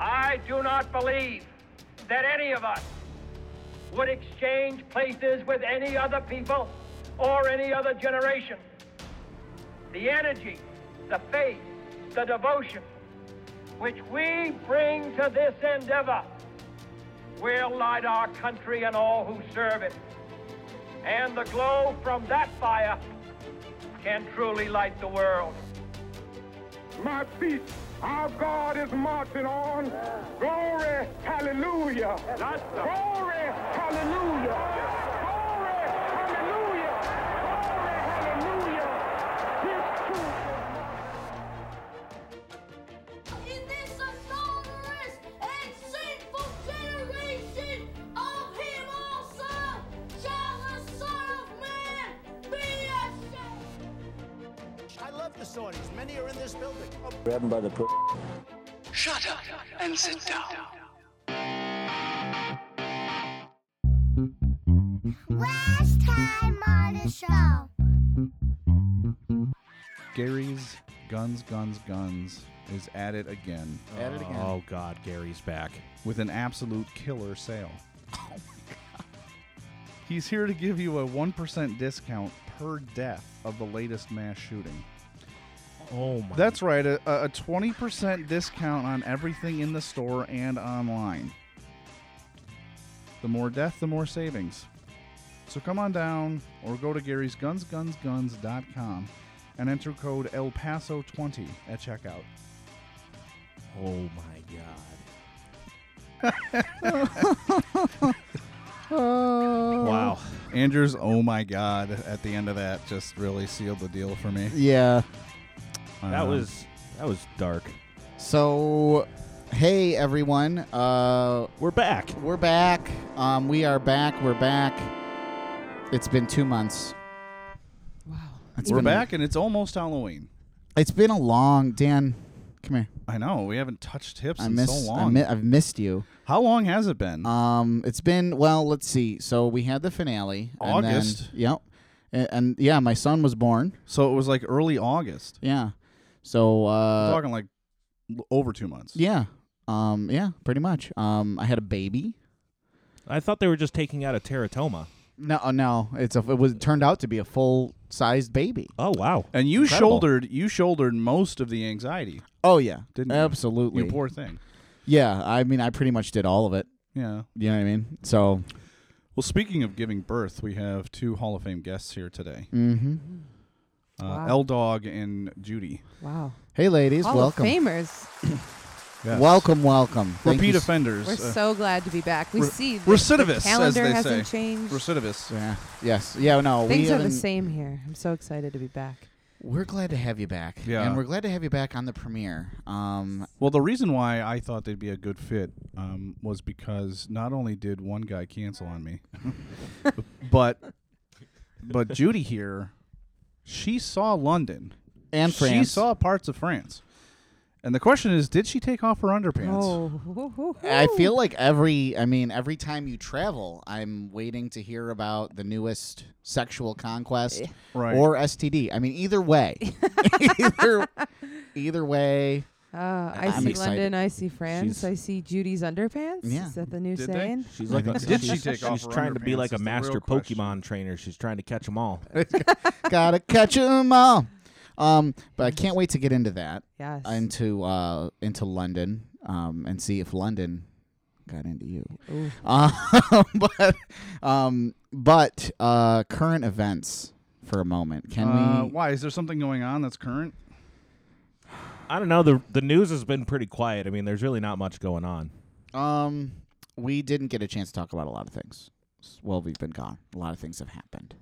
I do not believe that any of us would exchange places with any other people or any other generation. The energy, the faith, the devotion which we bring to this endeavor will light our country and all who serve it. And the glow from that fire can truly light the world. My feet, our God is marching on. Glory, hallelujah. Glory, hallelujah. Glory, hallelujah. Glory, hallelujah. His truth. in this adulterous and sinful generation of him also shall the Son of Man be ashamed. I love the Saudis. Many are in this building. Grab him by the pussy. Shut up and sit down. Last time on the show. Gary's Guns, Guns, Guns is at it again At it again. Oh God, Gary's back. with an absolute killer sale. He's here to give you a 1% discount per death of the latest mass shooting. Oh my. That's right, a, a 20% discount on everything in the store and online. The more death, the more savings. So come on down or go to Gary's Gary'sGunsGunsGuns.com and enter code El Paso 20 at checkout. oh my God. wow. Andrew's oh my god at the end of that just really sealed the deal for me. Yeah. That Um, was that was dark. So, hey everyone. Uh, We're back. we're back. Um, we are back. We're back. It's been two months. Wow. we're back and it's almost Halloween. it's been a long. Dan, come here. I know we haven't touched hips I in miss. so I long. mi- I've missed you. How long has it been? Um, it's been well. Let's see. So we had the finale. August. And then, yep. And, and yeah, my son was born. so it was like early August. Yeah. So uh, talking like l- over two months. yeah, um, yeah, pretty much. Um, I had a baby. I thought they were just taking out a teratoma. No, uh, no, it's a. It was it turned out to be a full sized baby. Oh wow. And you Incredible. shouldered you shouldered most of the anxiety, Oh yeah, didn't you? absolutely. You poor thing. yeah, I mean, I pretty much did all of it. Yeah. You know what I mean? So Well, speaking of giving birth, we have two Hall of Fame guests here today. mhm. Uh, L Dog and Judy. Wow. hey, ladies, Hall welcome, of Famers. Yes. welcome, welcome. Thank Repeat you s- offenders. We're uh, so glad to be back. We re- see the, recidivists, the as calendar they hasn't say. changed. Recidivists. Yeah. Yes. Yeah. No. we Things are the haven't- same here. I'm so excited to be back. We're glad to have you back. Yeah. And we're glad to have you back on the premiere. Um, Well, the reason why I thought they'd be a good fit um, was because not only did one guy cancel on me, but but Judy here, she saw London and France. She saw parts of France, and the question is, did she take off her underpants? Oh, I feel like every, I mean, every time you travel, I'm waiting to hear about the newest sexual conquest Eh. Right. or STD. I mean, either way, either, either way. Uh, I I'm see excited. London. I see France. She's- I see Judy's underpants. Yeah. Is that the new Did they? saying? She's I like a, think so. Did she's- she take she's off her trying to be underpants like a is the master real question. Pokemon trainer. She's trying to catch them all. Uh, Gotta catch 'em all. Um, but I can't wait to get into that, Yes. into uh, into London, um, and see if London got into you. Ooh. Um, but um, but uh, current events for a moment. Can Uh, we? why is there something going on that's current? I don't know. The the news has been pretty quiet. I mean, there's really not much going on. Um, we didn't get a chance to talk about a lot of things. S- Well, we've been gone. A lot of things have happened.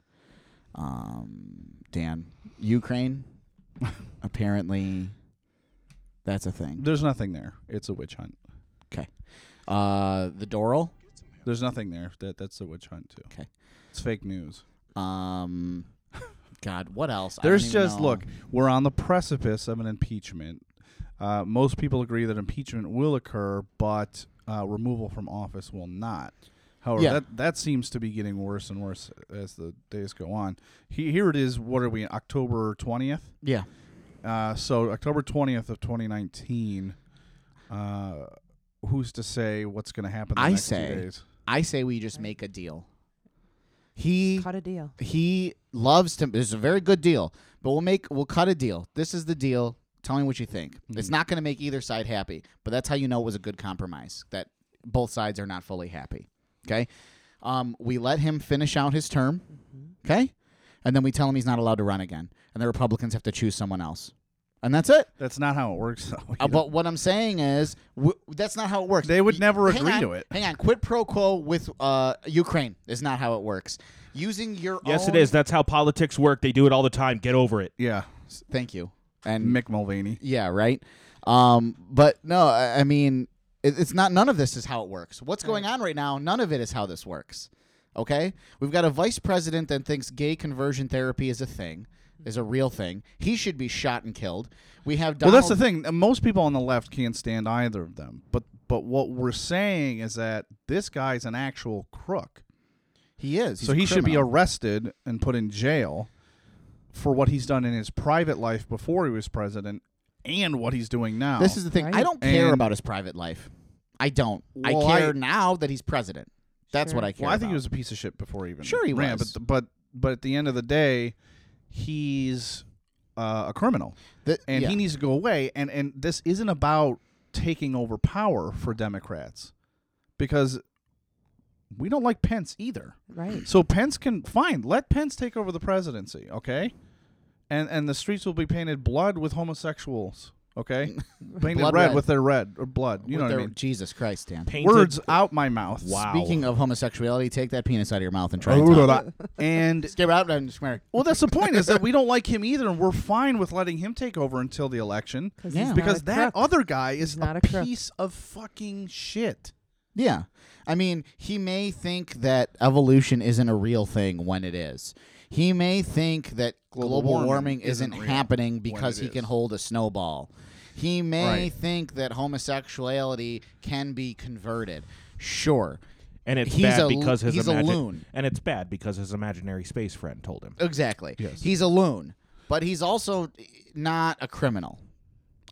Um, Dan, Ukraine. apparently, that's a thing. There's nothing there. It's a witch hunt. Okay. Uh, the Doral. There's nothing there. That that's a witch hunt too. Okay. It's fake news. Um, God, what else? I don't There's even just know. look, we're on the precipice of an impeachment. Uh, most people agree that impeachment will occur, but uh, removal from office will not. However, Yeah. that that seems to be getting worse and worse as the days go on. He, here it is. What are we? October twentieth. Yeah. Uh, so October twentieth of twenty nineteen. Uh, who's to say what's going to happen? The I next say, two days? I say we just make a deal. He Cut a deal. he loves to. This is a very good deal, but we'll make we'll cut a deal. This is the deal. Tell me what you think. It's Mm. not going to make either side happy, but that's how you know it was a good compromise. That both sides are not fully happy. Okay, um, we let him finish out his term. Mm-hmm. Okay, and then we tell him he's not allowed to run again, and the Republicans have to choose someone else, and that's it. That's not how it works. Though, Uh, but what I'm saying is, w- that's not how it works. They would Y- never hang agree on, to it. Hang on, quid pro quo with uh, Ukraine is not how it works. Using your Yes, own, it is. That's how politics work. They do it all the time. Get over it. yeah, Thank you. And Mick Mulvaney. yeah, right. Um, but no, I, I mean, it, it's not. None of this is how it works. What's going on right now? None of it is how this works. Okay, we've got a vice president that thinks gay conversion therapy is a thing, is a real thing. He should be shot and killed. We have Donald, Well, that's the thing. Uh, Most people on the left can't stand either of them. But but what we're saying is that this guy's an actual crook. He is. so He's a he should be criminal. arrested and put in jail for what he's done in his private life before he was president and what he's doing now. This is the thing. I Right. don't care And- about his private life. I don't. Well, I I- care now that he's president. That's what I care. well, I think he about. was a piece of shit before he even Sure he ran, was. but but but at the end of the day, he's uh, a criminal. The- and yeah. he needs to go away. And and this isn't about taking over power for Democrats, because we don't like Pence either. Right. So Pence can fine let Pence take over the presidency, okay? And and the streets will be painted blood with homosexuals, okay? painted Blood red, red. with their red or blood. You With know what I their- mean? Jesus Christ, Dan. Painted- Words out my mouth. Wow. Speaking of homosexuality, take that penis out of your mouth and try Oh, and talk. And Skip out and swear. Well, that's the point is that we don't like him either, and we're fine with letting him take over until the election 'Cause he's Yeah. not because a that crook. other guy is not a crook. piece of fucking shit. Yeah. I mean, he may think that evolution isn't a real thing when it is. He may think that global, Global warming, warming isn't, isn't real happening when because it he can is. hold a snowball. He may Right. think that homosexuality can be converted. Sure. And it's He's bad a- because his he's a imagi- loon. And it's bad because his imaginary space friend told him. Exactly. Yes. He's a loon, but he's also not a criminal.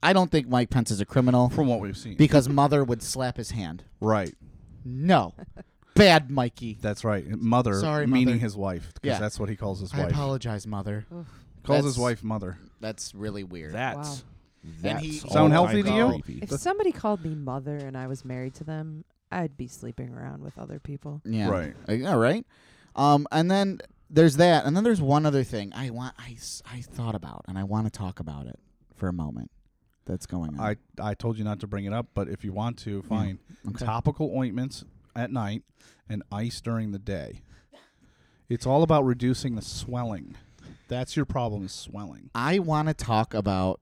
I don't think Mike Pence is a criminal From what we've seen, because mother would slap his hand. right? No. Bad Mikey. That's right. Mother, Sorry, meaning mother. his wife, because Yeah. that's what he calls his I wife. apologize, mother. Calls his That's- wife mother. That's really weird. That's And he- that's Sound all healthy to kinds you? of creepy. If somebody called me mother and I was married to them, I'd be sleeping around with other people. Yeah. Right. Uh, yeah, right. Um, and then there's that, and then there's one other thing I want. I, s- I thought about, and I want to talk about it for a moment. That's going on. I I told you not to bring it up, but if you want to, fine. okay. Topical ointments at night and ice during the day. It's all about reducing the swelling. That's your problem, is swelling. I want to talk about,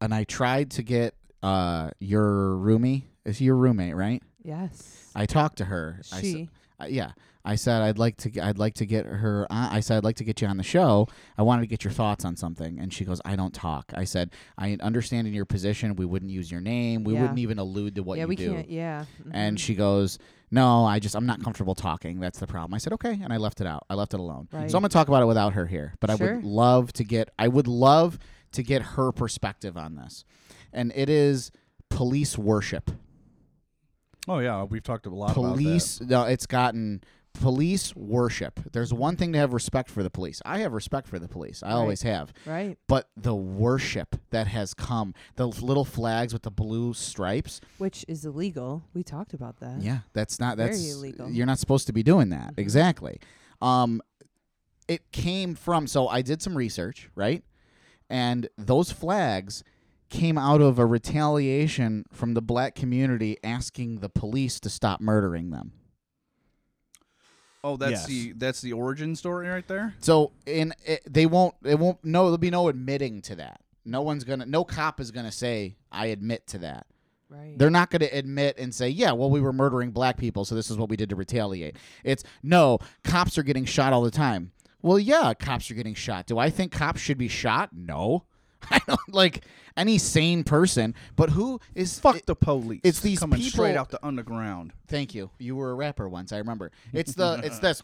and I tried to get uh your roomie. Is your roommate right? Yes. I talked to her. I s- she. uh, yeah. I said I'd like to. g- I'd like to get her. On, I said I'd like to get you on the show. I wanted to get your thoughts on something, and she goes, "I don't talk." I said, "I understand in your position, we wouldn't use your name. We Yeah. wouldn't even allude to what yeah, you we do." can't. Yeah. And mhm, she goes, "No, I just I'm not comfortable talking. That's the problem." I said, "Okay," and I left it out. I left it alone. Right. So I'm gonna talk about it without her here. But I Sure. would love to get I would love to get her perspective on this, and it is police worship. Oh yeah, we've talked a lot about that. Police. No, it's gotten police worship. There's one thing to have respect for the police. I have respect for the police. I always have. right. But the worship that has come, the little flags with the blue stripes, Which is illegal. We talked about that. Yeah, that's not Very that's illegal. Mm-hmm. You're not supposed to be doing that. Exactly. Um it came from so I did some research, right? And those flags came out of a retaliation from the black community asking the police to stop murdering them. Oh, that's Yes. the that's the origin story right there. So in it, they won't it won't no there'll be no admitting to that. No one's going to no cop is going to say I admit to that. Right. They're not going to admit and say, yeah, well, we were murdering black people, so this is what we did to retaliate. It's no, cops are getting shot all the time. Well, yeah, cops are getting shot. Do I think cops should be shot? No. I don't like any sane person, but who is Fuck it- the police. it's these coming straight people- out the underground. Thank you. You were a rapper once, I remember. It's the it's this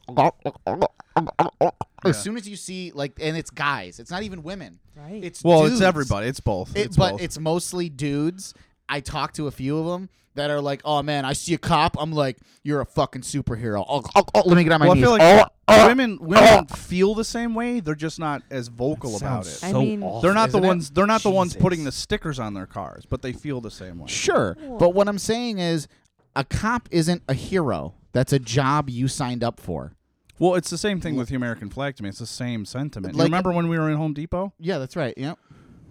as soon as you see like and it's guys. It's not even women. Right. It's Well, it's dudes. everybody. It's both. It, it's but both. it's mostly dudes I talked to a few of them that are like, "Oh man, I see a cop. I'm like, you're a fucking superhero. Oh, oh, oh, let me get on my well, knees. I feel like oh, oh, women women feel the same way. They're just not as vocal about it. sounds I mean- they're not the isn't it? ones. They're not the ones Jesus. putting the stickers on their cars, but they feel the same way. Sure. But what I'm saying is a cop isn't a hero. That's a job you signed up for. Well, it's the same thing with the American flag to me. It's the same sentiment. You Like- remember when we were in Home Depot? Yeah, that's right. Yep.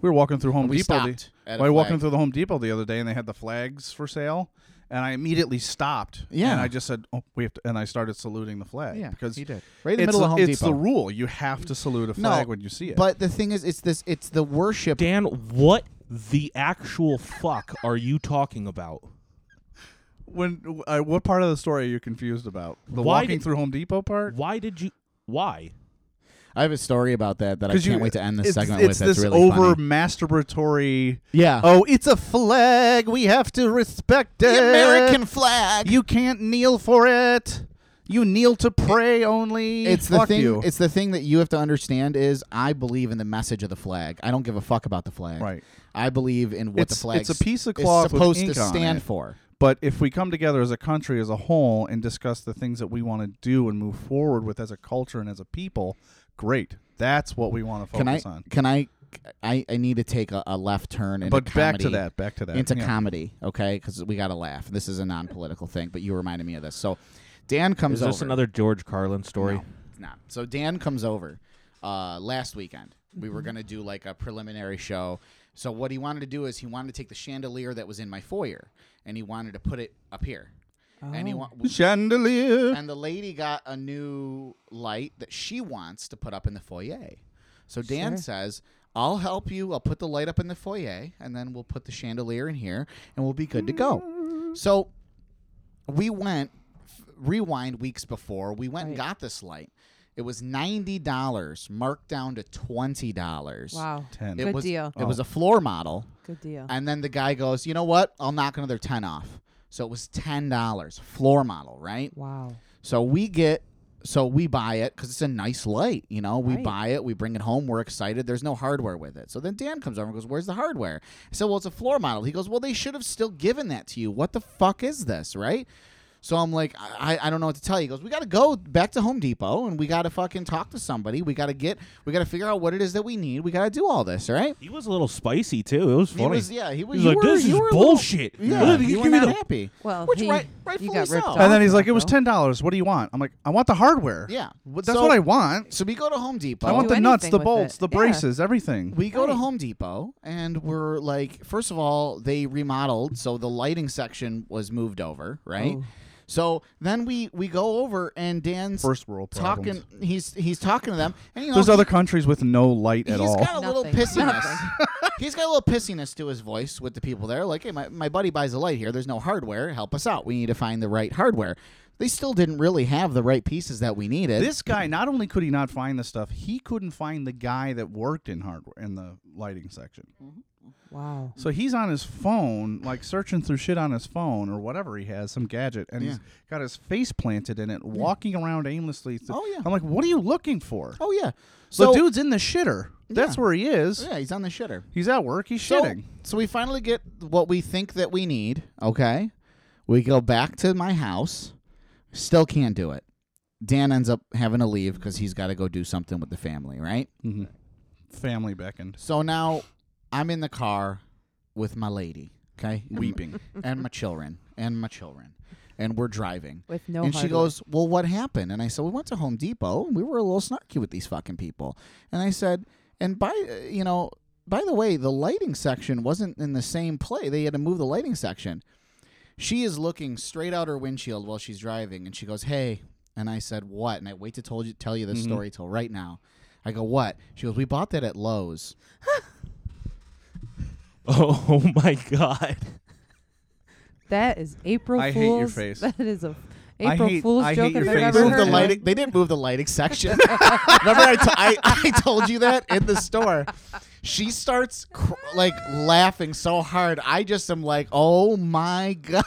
We were walking through Home We Depot. the- stopped at a well, I walking flag. through the Home Depot the other day, and they had the flags for sale, and I immediately stopped. Yeah. and I just said, "Oh, we have to," and I started saluting the flag. Yeah, because you did. Right in the it's middle of Home It's Depot. the rule. You have to salute a flag when you see it. But the thing is it's this it's the worship Dan, what the actual fuck are you talking about? when uh, what part of the story are you confused about? The Why walking did- through Home Depot part? Why did you? Why? I have a story about that that I can't you- wait to end this it's, segment it's with. That's this really over funny. masturbatory. Yeah. Oh, it's a flag. We have to respect it. The American flag. You can't kneel for it. You kneel to pray only. it's the Fuck thing You. it's the thing that you have to understand is I believe in the message of the flag. I don't give a fuck about the flag. Right. I believe in what It's- the flag it's a piece of cloth is with supposed ink to on stand it. for. but if we come together as a country as a whole and discuss the things that we want to do and move forward with as a culture and as a people, great. That's what we want to Can I focus on. can I I, I need to take a, a left turn into But back to comedy. that. Back to that. into yeah. comedy, okay? Because we got to laugh. This is a non-political thing, but you reminded me of this. So Dan comes Is this over. another George Carlin story? No, it's not. So Dan comes over uh, last weekend. We were gonna do like a preliminary show. So what he wanted to do is he wanted to take the chandelier that was in my foyer and he wanted to put it up here. And he wa- Chandelier. and the lady got a new light that she wants to put up in the foyer. So Dan says, I'll help you. I'll put the light up in the foyer, and then we'll put the chandelier in here, and we'll be good to Mm-hmm. go. So we went, f- rewind weeks before, we went and Right. got this light. It was $90, marked down to $20. Wow. Ten. It Good was, deal. It was a floor model. Good deal. And then the guy goes, you know what? I'll knock another 10 off. So it was $10, floor model, right? wow. So we get, so we buy it because it's a nice light. You know, we Right. buy it, we bring it home, we're excited. There's no hardware with it. So then Dan comes over and goes, "Where's the hardware?" I said, "Well, it's a floor model." He goes, "Well, they should have still given that to you. What the fuck is this, right?" So I'm like, I, I don't know what to tell you. He goes, we got to go back to Home Depot and we got to fucking talk to somebody. We got to get, we got to figure out what it is that we need. We got to do all this, right? He was a little spicy too. It was He funny. was- yeah, he was. He's you like, were- "This is you were a little- bullshit." yeah, Look, you give were me not the- happy. Well, which he- right, rightfully you got ripped so. off. And then he's like, "It was Thoughtful. ten dollars. What do you want?" I'm like, "I want the hardware. Yeah. Wh- that's So- what I want. So we go to Home Depot. I want do the nuts, anything the with bolts, it. the Yeah. braces, everything." We go to Right. Home Depot and we're like, first of all, they remodeled, so the lighting section was moved over, right? Oh. So then we we go over and Dan's First world talking. problems. He's he's talking to them, and you know, There's he- other countries with no light He's at all. got a little Nothing. pissiness. he's got a little pissiness to his voice with the people there. Like, hey, my, my buddy buys a light here. There's no hardware. Help us out. We need to find the right hardware. They still didn't really have the right pieces that we needed. This guy, not only could he not find the stuff, he couldn't find the guy that worked in hardware in the lighting section. Wow. So he's on his phone, like searching through shit on his phone or whatever he has, some gadget, and he's got his face planted in it, walking around aimlessly. Oh, yeah. I'm like, "What are you looking for?" oh yeah. So So the dude's in the shitter. That's Yeah. where he is. yeah, he's on the shitter. He's at work. He's So- shitting. So, we finally get what we think that we need. Okay. We go back to my house. Still can't do it. Dan ends up having to leave because he's got to go do something with the family, right? Family beckoned. So now I'm in the car with my lady, okay? And- Weeping. And my children. And my children. And we're driving. With no And she hardware. goes, Well, what happened? And I said, We went to Home Depot and we were a little snarky with these fucking people. And I said, And by, uh, you know, by the way, the lighting section wasn't in the same play. They had to move the lighting section. She is looking straight out her windshield while she's driving and she goes, Hey. And I said, What? And I wait to told you, tell you this Mm-hmm. story till right now. I go, What? She goes, We bought that at Lowe's. Oh my god. That is April I Fool's. hate your face. That is a I April hate- Fool's I hate joke your if I've face. ever Move the heard. lighting. They didn't move the lighting section. Remember, I to- I I told you that in the store. She starts cr- like laughing so hard. I just am like, oh my god.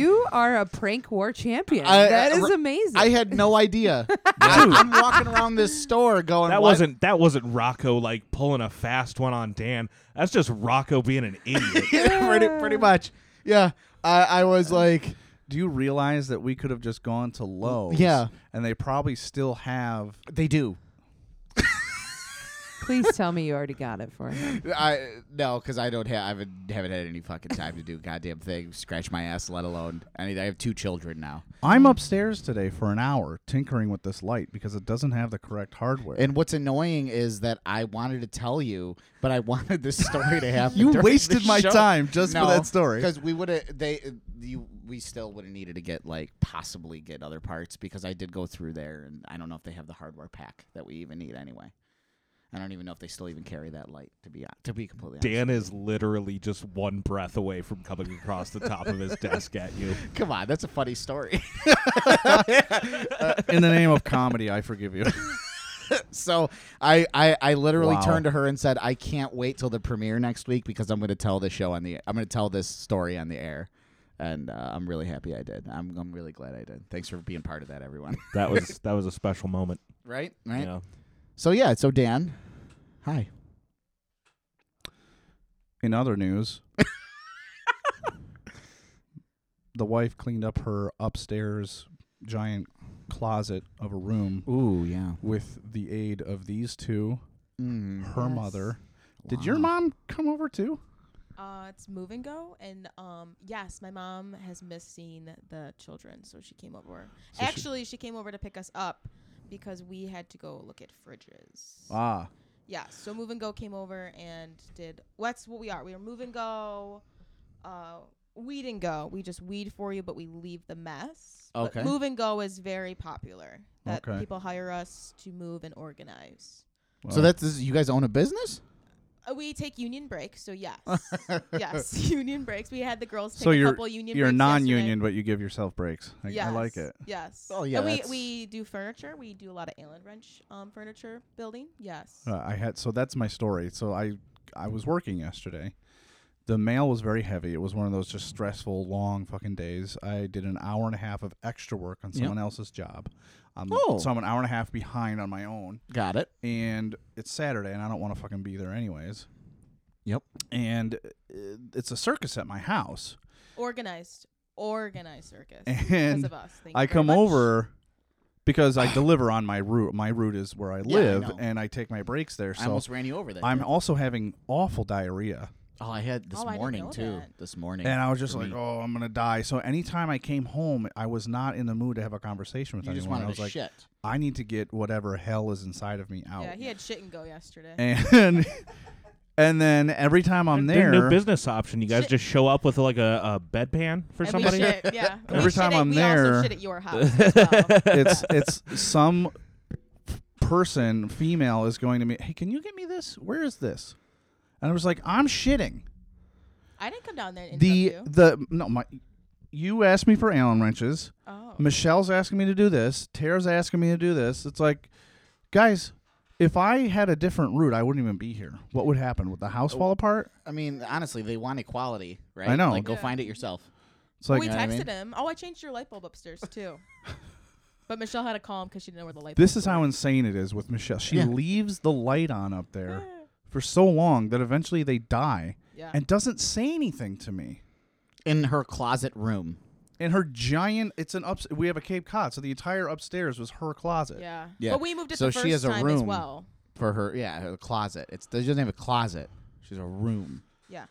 you are a prank war champion. I- that I- is amazing. I had no idea. I, I'm walking around this store going. That "What?" wasn't that wasn't Rocco like pulling a fast one on Dan. That's just Rocco being an idiot. Yeah, pretty, pretty much. Yeah, I, I was like, Do you realize that we could have just gone to Lowe's? yeah. And they probably still have. they do. Please tell me you already got it for him. I no, because I don't have. I haven't, haven't had any fucking time to do a goddamn thing. Scratch my ass, let alone. I mean, I have two children now. I'm upstairs today for an hour tinkering with this light because it doesn't have the correct hardware. And what's annoying is that I wanted to tell you, but I wanted this story to happen. You wasted my time just for that story. Because we would have they you we still would have needed to get like possibly get other parts because I did go through there and I don't know if they have the hardware pack that we even need anyway. I don't even know if they still even carry that light to be hon- to be completely honest. Dan is literally just one breath away from coming across the top of his desk at you. Come on, that's a funny story. In the name of comedy, I forgive you. so I, I I literally Wow. turned to her and said, I can't wait till the premiere next week because I'm going to tell this show on the I'm going to tell this story on the air. And uh, I'm really happy I did. I'm I'm really glad I did. Thanks for being part of that, everyone. That was that was a special moment. right, right. Yeah. So yeah, so Dan, hi. In other news, the wife cleaned up her upstairs giant closet of a room Ooh yeah. with the aid of these two, Mm. her Yes. mother. Did your mom come over too? Uh, it's move and go, and um, yes, my mom has missed seeing the children, so she came over. she- Actually, she, came over to pick us up because we had to go look at fridges. Ah, yeah, so move and go came over and did what's what we are. We were move and go, uh, weed and go. We just weed for you, but we leave the mess. But Okay. move and go is very popular. That Okay. people hire us to move and organize. So that's this, you guys own a business? Uh, we take union breaks, so yes, yes, union breaks. We had the girls take so a you're couple union. you're breaks non-union, yesterday. but you give yourself breaks. I, I like Yes, it. Yes. Oh, yeah, And we that's- we do furniture. We do a lot of Allen wrench um, furniture building. Yes. Uh, I had so that's my story. So I I was working yesterday. The mail was very heavy. It was one of those just stressful, long fucking days. I did an hour and a half of extra work on someone else's job. Um, Oh. So I'm an hour and a half behind on my own. Got it. And it's Saturday, and I don't want to fucking be there anyways. Yep. And uh, it's a circus at my house. Organized, organized circus. because And of us. Thank I you very come much. over because I deliver on my route. My route is where I live, know. and I take my breaks there. So I almost ran you over there. I'm also having awful diarrhea. oh, I had this Oh, I didn't morning know too. that. This morning. And I was just for like, me. oh, I'm going to die. So anytime I came home, I was not in the mood to have a conversation with you anyone. just I wanted was to like, shit. I need to get whatever hell is inside of me out. Yeah, he had shit and go yesterday. and and then every time I'm Their there, new business option. You guys Shit. just show up with like a, a bedpan for And somebody. We shit, yeah. We Every shit time at- I'm we there- also shit at your house. As well. it's it's some person, female, is going to me. Hey, can you get me this? Where is this? And I was like, I'm shitting. I didn't come down there. And The interrupt you. the no my. You asked me for Allen wrenches. Oh. Michelle's asking me to do this. Tara's asking me to do this. It's like, guys, if I had a different route, I wouldn't even be here. What would happen? Would the house fall apart? I mean, honestly, they want equality, right? I know. Like, go Yeah. find it yourself. It's like, we know texted what I mean? him. Oh, I changed your light bulb upstairs too. but Michelle had to call him because she didn't know where the light. this bulb is how insane it is with Michelle. She Yeah. leaves the light on up there for so long that eventually they die Yeah. and doesn't say anything to me. In her closet room. And her giant, it's an ups. We have a Cape Cod, so the entire upstairs was her closet. Yeah. Yeah. But we moved it So the she first has a time as room. well. for her yeah her closet it's she doesn't have a closet she's a room Yeah.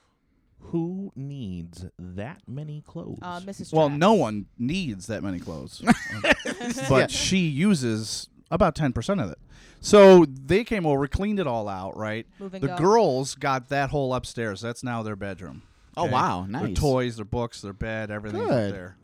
Who needs that many clothes? Uh, Mrs. Well, Trax. no one needs that many clothes, but she uses about ten percent of it. So they came over, cleaned it all out, right? Move and the go. girls got that whole upstairs. That's now their bedroom. Oh, wow, Their nice. toys, their books, their bed, everything's up Good. there.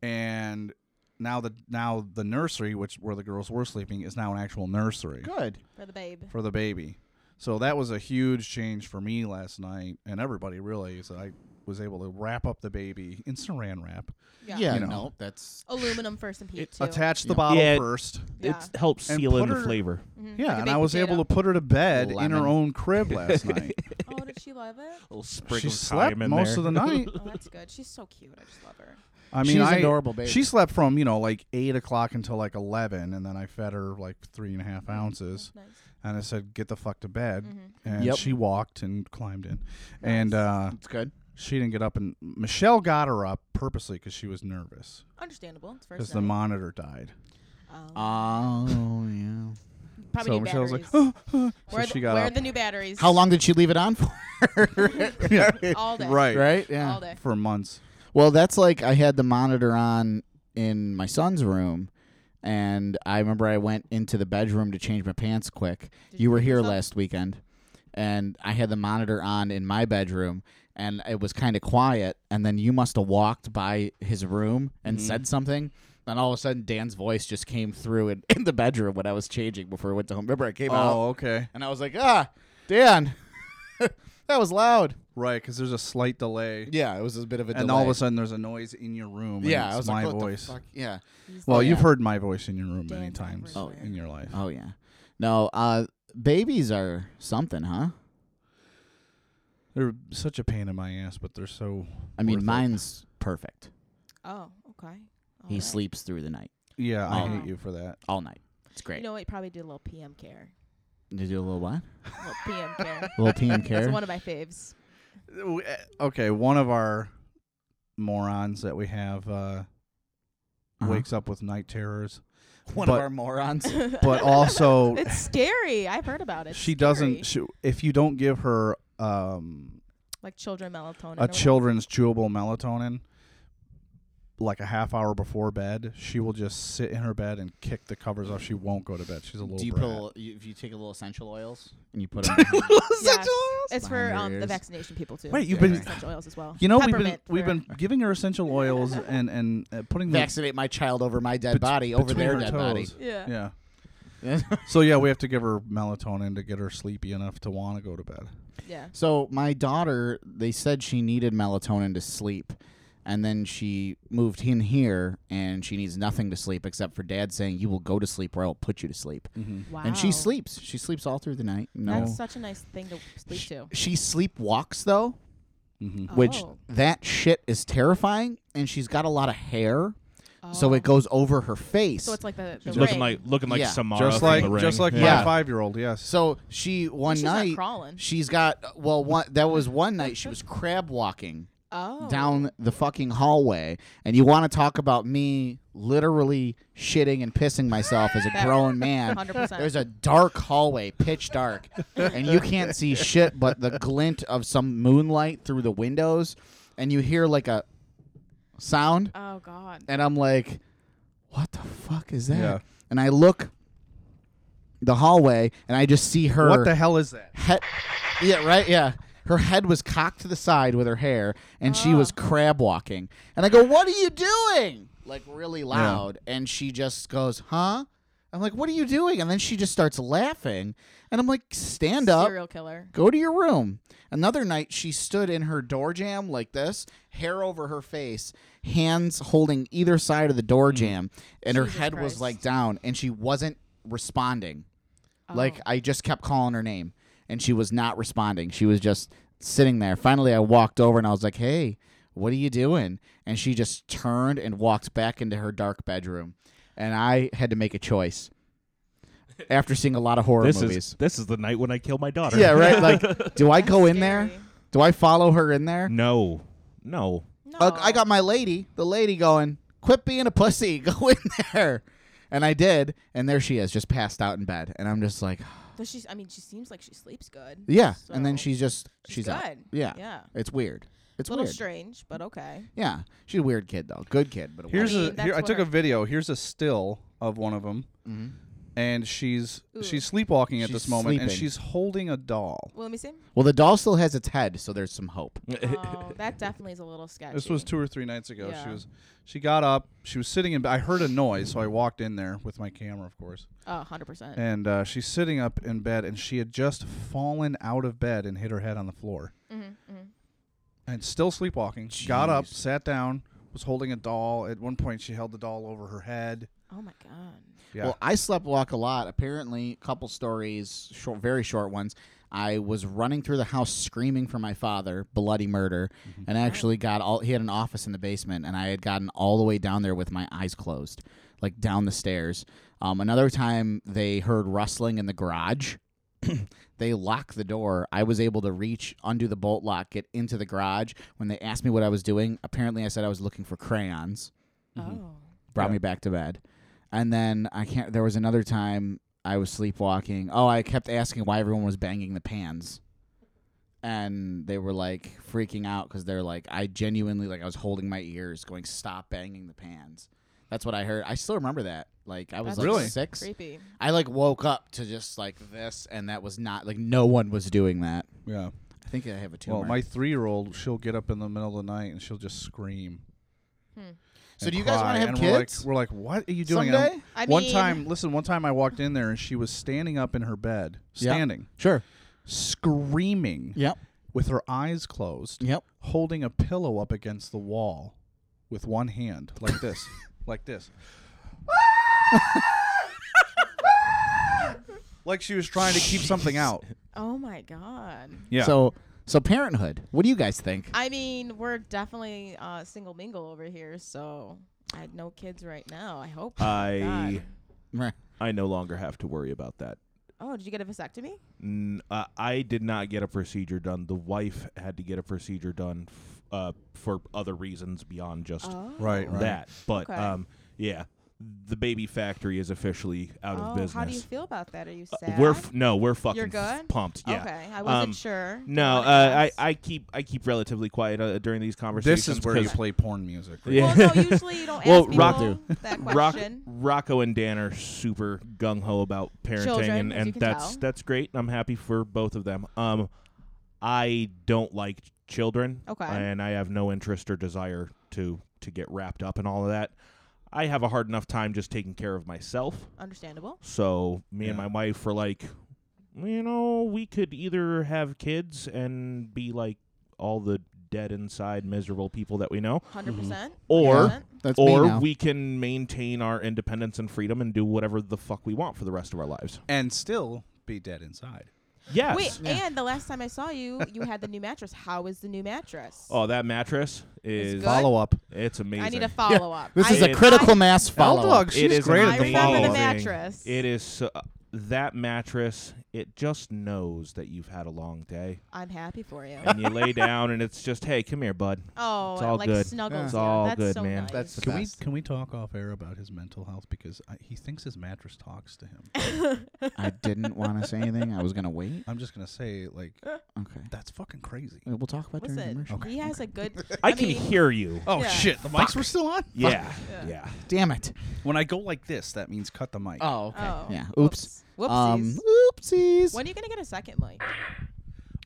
And now the now the nursery, which where the girls were sleeping, is now an actual nursery good For the babe. for the baby. So that was a huge change for me last night, and everybody really. So I was able to wrap up the baby in Saran wrap. Yeah. yeah You know. no that's Aluminum first and heat too. Attach the bottle Yeah. first. Yeah. Mm-hmm. It helps And seal put in the her- flavor. Yeah, Like a and baked I was able potato. to put her to bed in her Lemon. own crib last night. oh, did she love it? little sprinkle she slept most of the night. Oh, that's good. She's so cute. I just love her. I mean, She's I, an adorable baby. She slept from you know like eight o'clock until like eleven, and then I fed her like three and a Mm-hmm. half ounces, and I said, "Get the fuck to bed." And Yep. she walked and climbed in, and uh, it's good. She didn't get up, and Michelle got her up purposely because she was nervous Understandable. It's first because the night. monitor died. Oh yeah. Probably so need Michelle was like, batteries. so Where are the- she got where are up. the new batteries? How long did she leave it on for? Yeah. All day. Right. Right? Yeah. All day. For months. Well, that's like I had the monitor on in my son's room, and I remember I went into the bedroom to change my pants quick. you were here last weekend, and I had the monitor on in my bedroom, and it was kind of quiet. And then you must have walked by his room and Mhm. said something. And all of a sudden, Dan's voice just came through in, in the bedroom when I was changing before I went to home. Remember, I came out. Oh, okay. And I was like, ah, Dan, that was loud. Right, because there's a slight delay. Yeah, it was a bit of a and all of delay. a sudden there's a noise in your room. and Yeah, I it's was my like, what the voice. fuck? Yeah. Well, Oh, you've yeah. heard my voice in your room many times Oh, yeah. in your life. Oh yeah. No, uh babies are something, huh? They're such a pain in my ass, but they're so. I mean worth it. mine's perfect. Oh, okay. he sleeps through the night. Yeah, I All hate night. you for that. All night. It's You great. know what? Probably do a little PM care. Did you do a little A what? little PM care. Little PM That's care? one of my faves. W- eh, Okay, one of our morons that we have uh, wakes up with night terrors. Uh-huh. One but- of our morons. But also, It's scary. I've heard about it. It's she scary. doesn't. She, if you don't give her um, like children melatonin. or a what- children's chewable melatonin like a half hour before bed she will just sit in her bed and kick the covers off she won't go to bed she's a little do you put a brat. little, you, if you take a little essential oils and you put them behind- Yes. It's for Behind your um, the ears. vaccination people too. wait you've Yeah, been essential oils as well. you know we've been Peppermint we've for- been giving her essential oils and and uh, putting them vaccinate my child over my dead bet- body over between their her dead body. toes. Yeah. yeah so yeah we have to give her melatonin to get her sleepy enough to want to go to bed Yeah. So my daughter, they said she needed melatonin to sleep, and then she moved in here, and she needs nothing to sleep except for Dad saying, "You will go to sleep, or I'll put you to sleep." And Wow. she sleeps. She sleeps all through the night. No, That's such a nice thing to sleep to. she sleepwalks though, which Oh. that shit is terrifying. And she's got a lot of hair, so it goes over her face. Oh. So it's like the, the She's ring. like yeah. Samara Just from like- The Ring. just like my Yeah. five-year-old, yes. So she one she's not night crawling. she's got well one that was one night she was crab walking Oh. down the fucking hallway, and you want to talk about me literally shitting and pissing myself as a That- grown man? 100%. There's a dark hallway, pitch dark, and you can't see shit but the glint of some moonlight through the windows, and you hear like a sound, Oh God. and I'm like, "What the fuck is that?" Yeah. And I look the hallway, and I just see her. what the hell is that Head, yeah, right. Yeah, her head was cocked to the side with her hair, and she was crab walking. And I go, "What are you doing?" Like really loud, and she just goes, "Huh?" I'm like, "What are you doing?" And then she just starts laughing, and I'm like, "Stand up." Serial killer. Go to your room. Another night, she stood in her door jamb like this, hair over her face, hands holding either side of the Hmm. door jamb, and her Jesus head was Christ. Oh. like down, and she wasn't responding. Like, I just kept calling her name, and she was not responding. She was just sitting there. Finally, I walked over and I was like, hey, what are you doing? And she just turned and walked back into her dark bedroom. And I had to make a choice after seeing a lot of horror This movies. is this is the night when I killed my daughter. Yeah, right. Like, do I go in there? Do I follow her in there? no, no. Uh, I got my lady, the lady going, quit being a pussy, go in there. And I did, and there she is, just passed out in bed. And I'm just like, Does she? I mean, she seems like she sleeps good. yeah. So and then she's just, she's, out. good. Yeah. Yeah. It's weird. It's a little weird. strange, but okay. Yeah. She's a weird kid, though. Good kid, but a Here's weird mean, a here, that's I what took her- a video. Here's a still of one of them, and she's she's sleepwalking at Mm-hmm. She's this moment, and sleeping. she's holding a doll. Well, let me see. Well, the doll still has its head, so there's some hope. Oh, that definitely is a little sketchy. This was two or three nights ago. She Yeah. was she got up. She was sitting in. I heard a noise, so I walked in there with my camera, of course. Oh, 100%. And uh, she's sitting up in bed, and she had just fallen out of bed and hit her head on the floor, Mhm, mhm. and still sleepwalking. Got up, sat down, was holding a doll. At one point, she held the doll over her head. Oh my god. Yeah. Well, I slept walk a lot. Apparently, a couple stories, short, very short ones. I was running through the house screaming for my father, bloody murder, and I actually got all. He had an office in the basement, and I had gotten all the way down there with my eyes closed, like down the stairs. Um, another time they heard rustling in the garage. they locked the door. I was able to reach, undo the bolt lock, get into the garage. When they asked me what I was doing, apparently I said I was looking for crayons Oh. brought me back to bed. And then I can't. There was another time I was sleepwalking. Oh, I kept asking why everyone was banging the pans, and they were like freaking out because they're like, I genuinely like I was holding my ears, going, "Stop banging the pans." That's what I heard. I still remember that. Like I was That's like Really? six. creepy. I like woke up to just like this, and that was not like no one was doing that. Yeah. I think I have a tumor. Well, my three-year-old, she'll get up in the middle of the night and she'll just scream. Hmm. So and do you guys wanna cry, have and kids We're like, we're like, what are you doing? And someday? I I'm- one mean- time, listen. One time, I walked in there and she was standing up in her bed, Yeah. standing, sure, screaming, Yep. with her eyes closed, Yep. holding a pillow up against the wall, with one hand like this, like this, like she was trying to keep something out. Oh my god. Yeah. So so parenthood. What do you guys think? I mean, we're definitely uh, single mingle over here, so I had no kids right now. I hope. Uh. I Meh. I no longer have to worry about that. Oh, did you get a vasectomy? N- uh, I did not get a procedure done. The wife had to get a procedure done f- uh, for other reasons beyond just Oh. Right, right. that. But Okay. um, yeah, the baby factory is officially out oh, of business. Uh, how do you feel about that? Are you sad? We're f- no, we're fucking You're f- good? pumped. Yeah. Okay, I wasn't Um, sure. No, I uh, wanna I ask. I keep I keep relatively quiet uh, during these conversations. This is where you 'cause- play porn music. right? Yeah. Well, no, usually you don't Well, ask Rock- people that Rock, question. Rocco and Dan are super gung ho about parenting, Children, and, as and you can that's tell. that's great. I'm happy for both of them. Um, I don't like children, Okay. and I have no interest or desire to to get wrapped up in all of that. I have a hard enough time just taking care of myself. Understandable. So me and Yeah. my wife were like, you know, we could either have kids and be like all the dead inside miserable people that we know, 100%. percent or That's me or now. we can maintain our independence and freedom and do whatever the fuck we want for the rest of our lives. and still be dead inside. Yes. Wait, and the last time I saw you, you had the new mattress. How is the new mattress? Oh, that mattress is good? Follow up. It's amazing. I need a follow up. This I, is a It- critical I- mass follow up. Dog, she's is great I at the amazing. remember the follow-up. mattress. It is so, uh, that mattress. It just knows that you've had a long day, I'm happy for you. and you lay down, and it's just, hey, come here, bud. Oh, It's all like good. snuggles. It's you. all That's good, so man. Nice. That's the Can we best. can we talk off air about his mental health because I, he thinks his mattress talks to him. I didn't want to say anything. I was gonna wait. I'm just gonna say like Okay. that's fucking crazy. We'll talk about during the Listen, commercial. he has a good. I, can mean, hear you. Oh Yeah. shit, the mics were still on. yeah, Yeah. yeah. Damn it. When I go like this, that means cut the mic. Oh, okay. Oh, Yeah. Oops. Whoops. Um, Whoopsies. oopsies. when are you gonna get a second mic?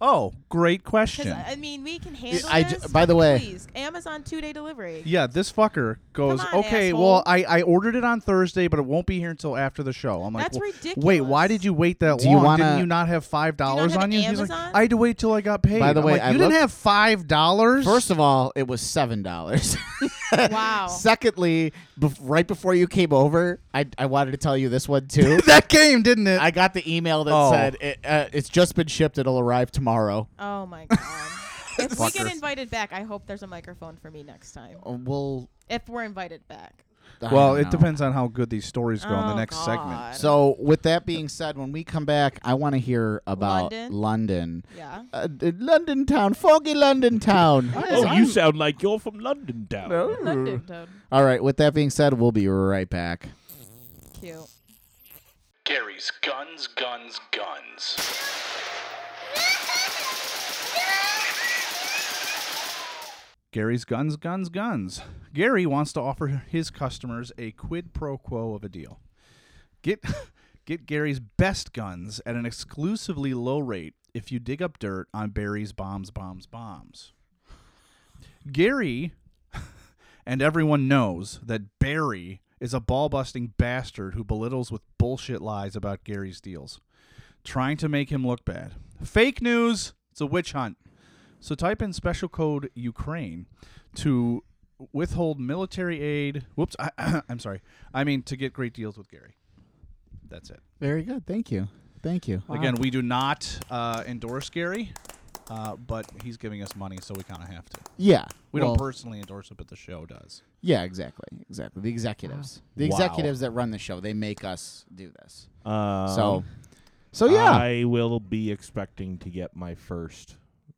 Oh, great Because question. I mean, we can handle I j- this. by the way- please. Amazon two day delivery. yeah, this fucker goes. Come on, okay, asshole." well, I, I ordered it on Thursday, but it won't be here until after the show. I'm like, That's "Well, ridiculous. Wait, why did you wait that Do you long? wanna- Didn't you not have five dollars have on you? He's like, Amazon? I had to wait till I got paid. By the I'm way, like, I you didn't looked- have five dollars. First of all, it was seven dollars. Wow. Secondly, bef- right before you came over, I I wanted to tell you this one too. that game, didn't it? I got the email that Oh. said it, uh, it's just been shipped. It'll arrive tomorrow. Oh my god. if we get Fucker. invited back, I hope there's a microphone for me next time. Uh, We'll. If we're invited back. I Well, don't it know. depends on how good these stories go in the Oh, next God. segment. So, with that being said, when we come back, I want to hear about London? London. Yeah. Uh, d- London town, foggy London town. Oh, you sound like you're from London town. London, dude. All right, with that being said, we'll be right back. Cute. Gary's guns, guns, guns. Gary's Guns, Guns, Guns. Gary wants to offer his customers a quid pro quo of a deal. Get get Gary's best guns at an exclusively low rate if you dig up dirt on Barry's bombs, bombs, bombs. Gary and everyone knows that Barry is a ball busting bastard who belittles with bullshit lies about Gary's deals, trying to make him look bad. Fake news. It's a witch hunt. So type in special code Ukraine to withhold military aid. Whoops, I, I'm sorry. I mean to get great deals with Gary. That's it. Very good. Thank you. Thank you. Wow. Again, we do not uh, endorse Gary, uh, but he's giving us money, so we kind of have to. Yeah, We well- don't personally endorse it, but the show does. Yeah, exactly, exactly. The executives, the Wow. executives that run the show, they make us do this. Um, so, so yeah. I will be expecting to get my first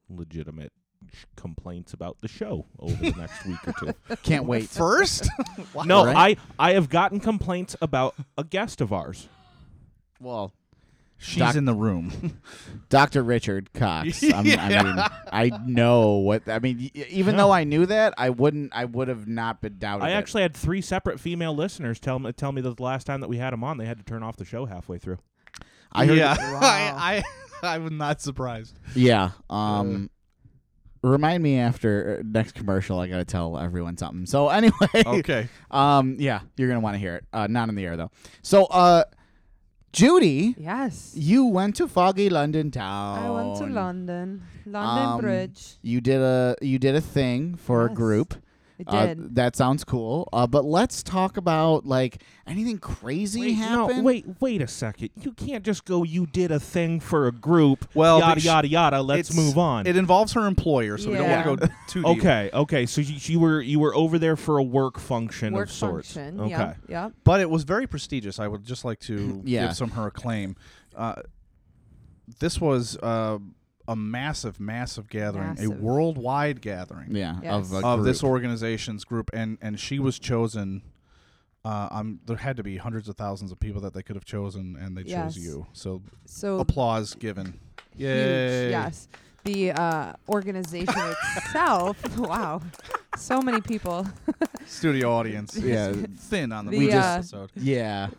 legitimate sh- complaints about the show over the next week or two. Can't wait. First? Wow. no, Right? I I have gotten complaints about a guest of ours. Well, She's in the room. Dr. Richard Cox. I'm, I mean, Yeah. I know what. I mean, y- even Yeah. though I knew that, I wouldn't. I would have not been doubted. I it. actually had three separate female listeners tell me tell me that the last time that we had them on, they had to turn off the show halfway through. I heard- yeah, I, I, I'm not surprised. Yeah. Um, remind me after uh, next commercial. I gotta tell everyone something. So anyway. Okay. Um. Yeah, you're gonna want to hear it. Uh, not in the air though. So uh, Judy. Yes. You went to foggy London town. I went to London, London Um, Bridge. You did a you did a thing for a Yes, group. I Uh, did. that sounds cool. Uh, but let's talk about like anything crazy Wait, happened. No, wait, wait a second. You can't just go. You did a thing for a group. Well, yada but sh- yada yada. Let's it's- move on. It involves her employer, so we don't want to Yeah. go too deep. okay, okay. So you, you were you were over there for a work function Work of sorts. function, okay. yeah, yeah. But it was very prestigious. I would just like to Yeah. give some her acclaim. Uh, this was uh, a massive, massive gathering, a Massive. worldwide gathering. Yeah, of Yes. a this group. organization's group, and and she was chosen. Uh, um, there had to be hundreds of thousands of people that they could have chosen, and they Yes. chose you. So, So- applause given. Yay! Huge, yes. The uh, organization itself. Wow. So many people. Studio audience. is Yeah. Thin on the, The, first uh, episode. Yeah.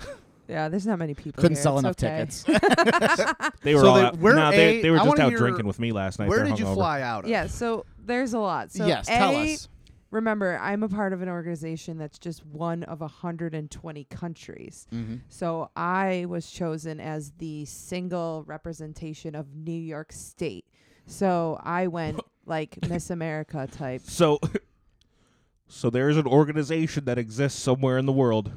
Yeah, there's not many people. Couldn't here. sell It's enough okay. tickets. They were So all they- out. where nah, they, a- they were I just wanna out hear- drinking with me last night. where They're did you hungover. fly out of? Yeah, so there's a lot. So Yes, tell A, us. Remember, I'm a part of an organization that's just one of 120 countries. Mhm. So I was chosen as the single representation of New York State. So I went like Miss America type. So, so there is an organization that exists somewhere in the world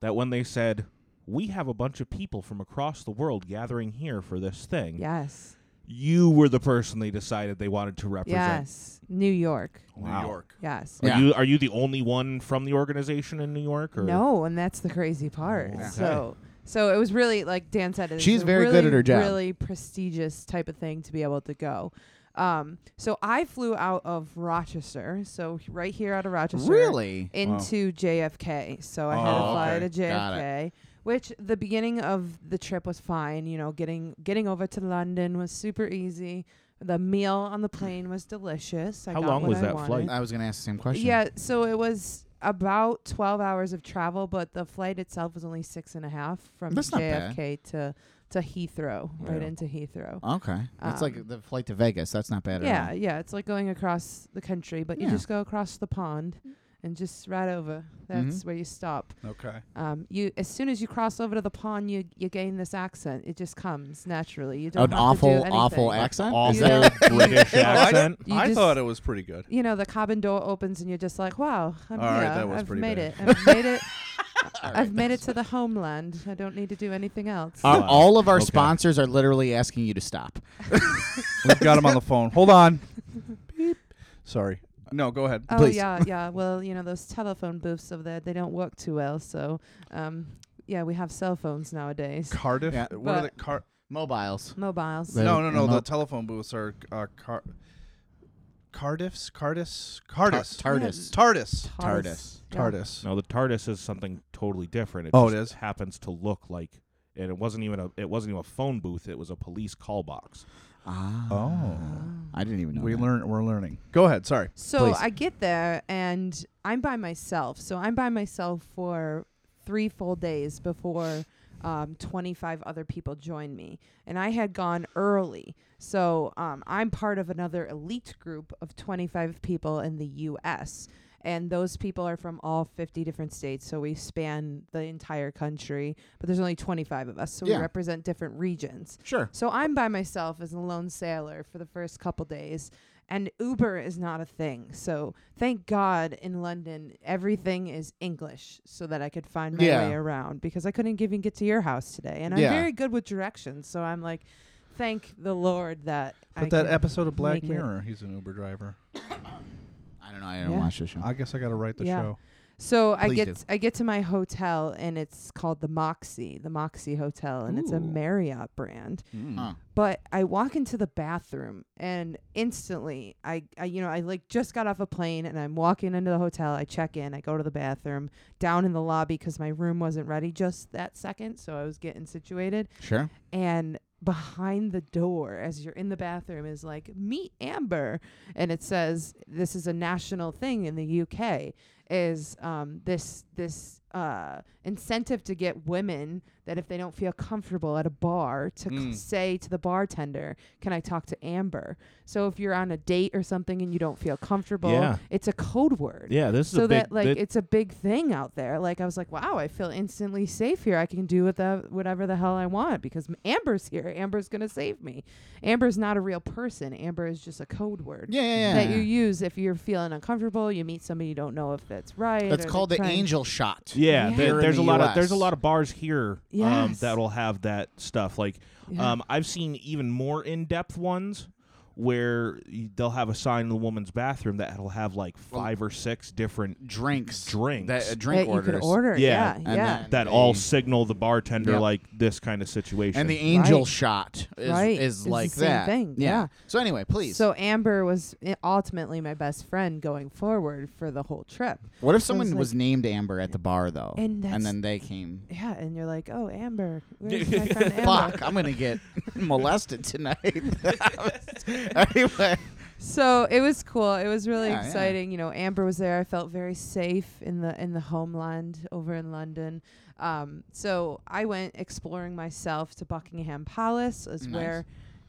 that when they said we have a bunch of people from across the world gathering here for this thing, Yes. you were the person they decided they wanted to represent. Yes. New York. Wow. Yes. Are you are you the only one from the organization in New York? Or? No, Oh, and that's the crazy part. Okay. So, so it was really like Dan said. It's She's a very good really, at her job. Really prestigious type of thing to be able to go. Um, so I flew out of Rochester, so h- right here out of Rochester, Really? Wow. into JFK. So I had to Oh, fly okay. to Got it. JFK, which the beginning of the trip was fine. You know, getting getting over to London was super easy. The meal on the plane was delicious. I How got long what was I that wanted. flight? I was gonna ask the same question. Yeah, so it was about 12 hours of travel, but the flight itself was only six and a half from That's not bad. JFK to to Heathrow, right Yeah. into Heathrow. Okay. Um, That's like the flight to Vegas. That's not bad yeah, at all. yeah, it's like going across the country, but you Yeah. just go across the pond Mm-hmm. and just right over. That's Mhm. where you stop. Okay. Um, you as soon as you cross over to the pond, you you gain this accent. It just comes naturally. You An don't have awful, to do anything. awful Like accent? You awful don't- you- British you accent? you I just- thought it was pretty good. You know, the cabin door opens and you're just like, wow, I'm All here. right, that was I've pretty made bad. it. I've made it. I've made it to the homeland. I don't need to do anything else. Our- Wow. all of our Okay. sponsors are literally asking you to stop. We've got him on the phone. Hold on. Sorry. No, go ahead. Oh yeah, yeah. Well, you know those telephone booths over there—they don't work too well. So, um, yeah, we have cell phones nowadays. Cardiff. What are the car? Mobiles. Mobiles. No, no, no. mo- The telephone booths are uh, car. Cardiff's, Cardis, Cardis, Tar- TARDIS. TARDIS, TARDIS. Yeah. No, the TARDIS is something totally different. It Oh, it just happens to look like, and it wasn't even a it wasn't even a phone booth. It was a police call box. Ah. Oh. I didn't even know. We that. learn. We're learning. Go ahead. Sorry. So Please. I get there and I'm by myself. So I'm by myself for three full days before um, 25 other people join me. And I had gone early. So um, I'm part of another elite group of 25 people in the U.S. And those people are from all 50 different states. So we span the entire country, but there's only 25 of us. So Yeah. we represent different regions. Sure. So I'm by myself as a lone sailor for the first couple days. and Uber is not a thing. So thank God in London everything is English, so that I could find my Yeah. way around because I couldn't even get to your house today, and Yeah. I'm very good with directions. So I'm like, thank the Lord that. I But that could episode of make Black it. Mirror, he's an Uber driver. I don't know. I didn't Yeah. watch the show. I guess I got to write the show. So I Please get do. I get to my hotel and it's called the Moxie, the Moxie Hotel, and it's a Ooh. Marriott brand. Mm. Hmm. Huh. But I walk into the bathroom and instantly I, I you know, I like just got off a plane and I'm walking into the hotel, I check in, I go to the bathroom, down in the lobby cuz my room wasn't ready just that second, so I was getting situated. Sure. And behind the door as you're in the bathroom is like meet amber and it says this is a national thing in the uk is um, this this uh, incentive to get women that if they don't feel comfortable at a bar to c- Mm. say to the bartender can i talk to amber so if you're on a date or something and you don't feel comfortable Yeah. it's a code word Yeah, this is a so that big- like that- it's a big thing out there like i was like wow i feel instantly safe here i can do with the, whatever the hell i want because m- amber's here amber's gonna save me amber's not a real person amber is just a code word Yeah, yeah, that yeah. you use if you're feeling uncomfortable you meet somebody you don't know if that's right That's or called they're the trying- angel shot. Yeah, here there- in there's the a lot US. of there's a lot of bars here um, Yes. that'll have that stuff. Like, Yeah. um, I've seen even more in depth ones where y- they'll have a sign in the woman's bathroom that'll have like five or six different drinks, drinks that- uh, drink That you could orders. order, yeah, And yeah. then that all they- signal the bartender Yep. like this kind of situation. And the angel shot is, right is It's like the same that. thing yeah. So anyway, please. so amber was i- ultimately my best friend going forward for the whole trip what if So I someone was, like, named Amber at the bar though, And that's- then they came? yeah and you're like oh amber where's my friend amber Fuck! I'm gonna get molested tonight. anyway, So it was cool. It was really Yeah, yeah. exciting. You know, Amber was there. I felt very safe in the in the homeland over in London. Um, so I went exploring myself to Buckingham Palace, is Nice. where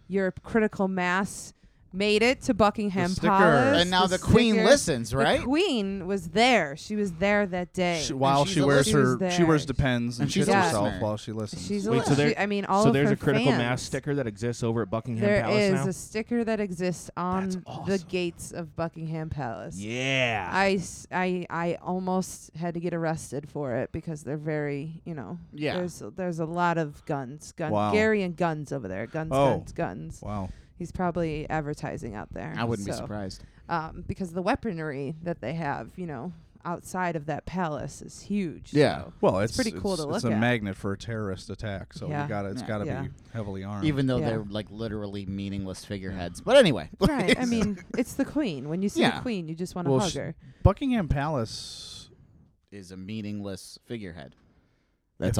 your critical mass made it to Buckingham sticker. Palace. And now the Queen sticker. listens, The right? Queen was there. She was there that day. She, while she wears her, she wears depends and, And she's shits a herself listener. while she listens. She's a Wait, so there, I mean, all so of there's her a critical mass fans- sticker that exists over at Buckingham There Palace is now. a sticker that exists on the gates of Buckingham Palace. Yeah. I, s- I- I almost had to get arrested for it because they're very, you know, Yeah. there's there's a lot of guns. Gun, Wow. Gary and guns over there. Guns, Oh. guns, guns. Wow. He's probably advertising out there. I wouldn't be so, surprised. Um, because the weaponry that they have, you know, outside of that palace is huge. so Well, it's, pretty cool it's, to look It's at. a magnet for a terrorist attack, so Yeah. you got it's Yeah. got to Yeah. be heavily armed. even though uh, Yeah. they're like literally meaningless figureheads. But anyway, right. I please. mean, it's the queen. When you see Yeah. the queen, you just want to Well, hug she- her. Buckingham Palace. is a meaningless figurehead. That's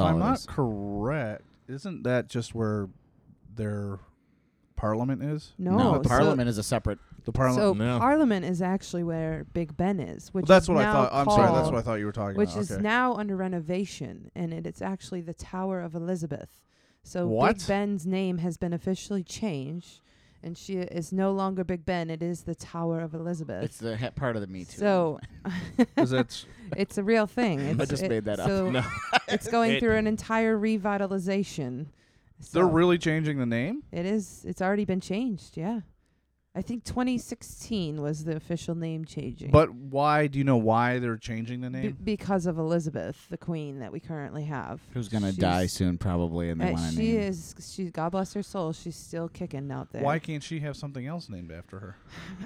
if all I'm it not is. correct, isn't that just where their parliament is? No, No, the so- parliament is a separate- The parliament. So no. Parliament is actually where Big Ben is, which Well, that's is what I now thought- I'm sorry, that's called- what I thought you were talking which about, is okay. now under renovation, and it, it's actually the Tower of Elizabeth. So What? Big Ben's name has been officially changed, and she is no longer Big Ben. It is the Tower of Elizabeth. It's the he- part of the Me Too. uh, So, Is that- it's a real thing. I It's, just it- made that up. so No. it's going It- through an entire revitalization. They're So- really changing the name. it is. It's already been changed. Yeah, I think 2016 was the official name changing. But why? Do you know why they're changing the b- name? because of Elizabeth, the queen that we currently have. who's gonna She's- die soon probably, and they uh, want to she name. is. She. God bless her soul. She's still kicking out there. Why can't she have something else named after her?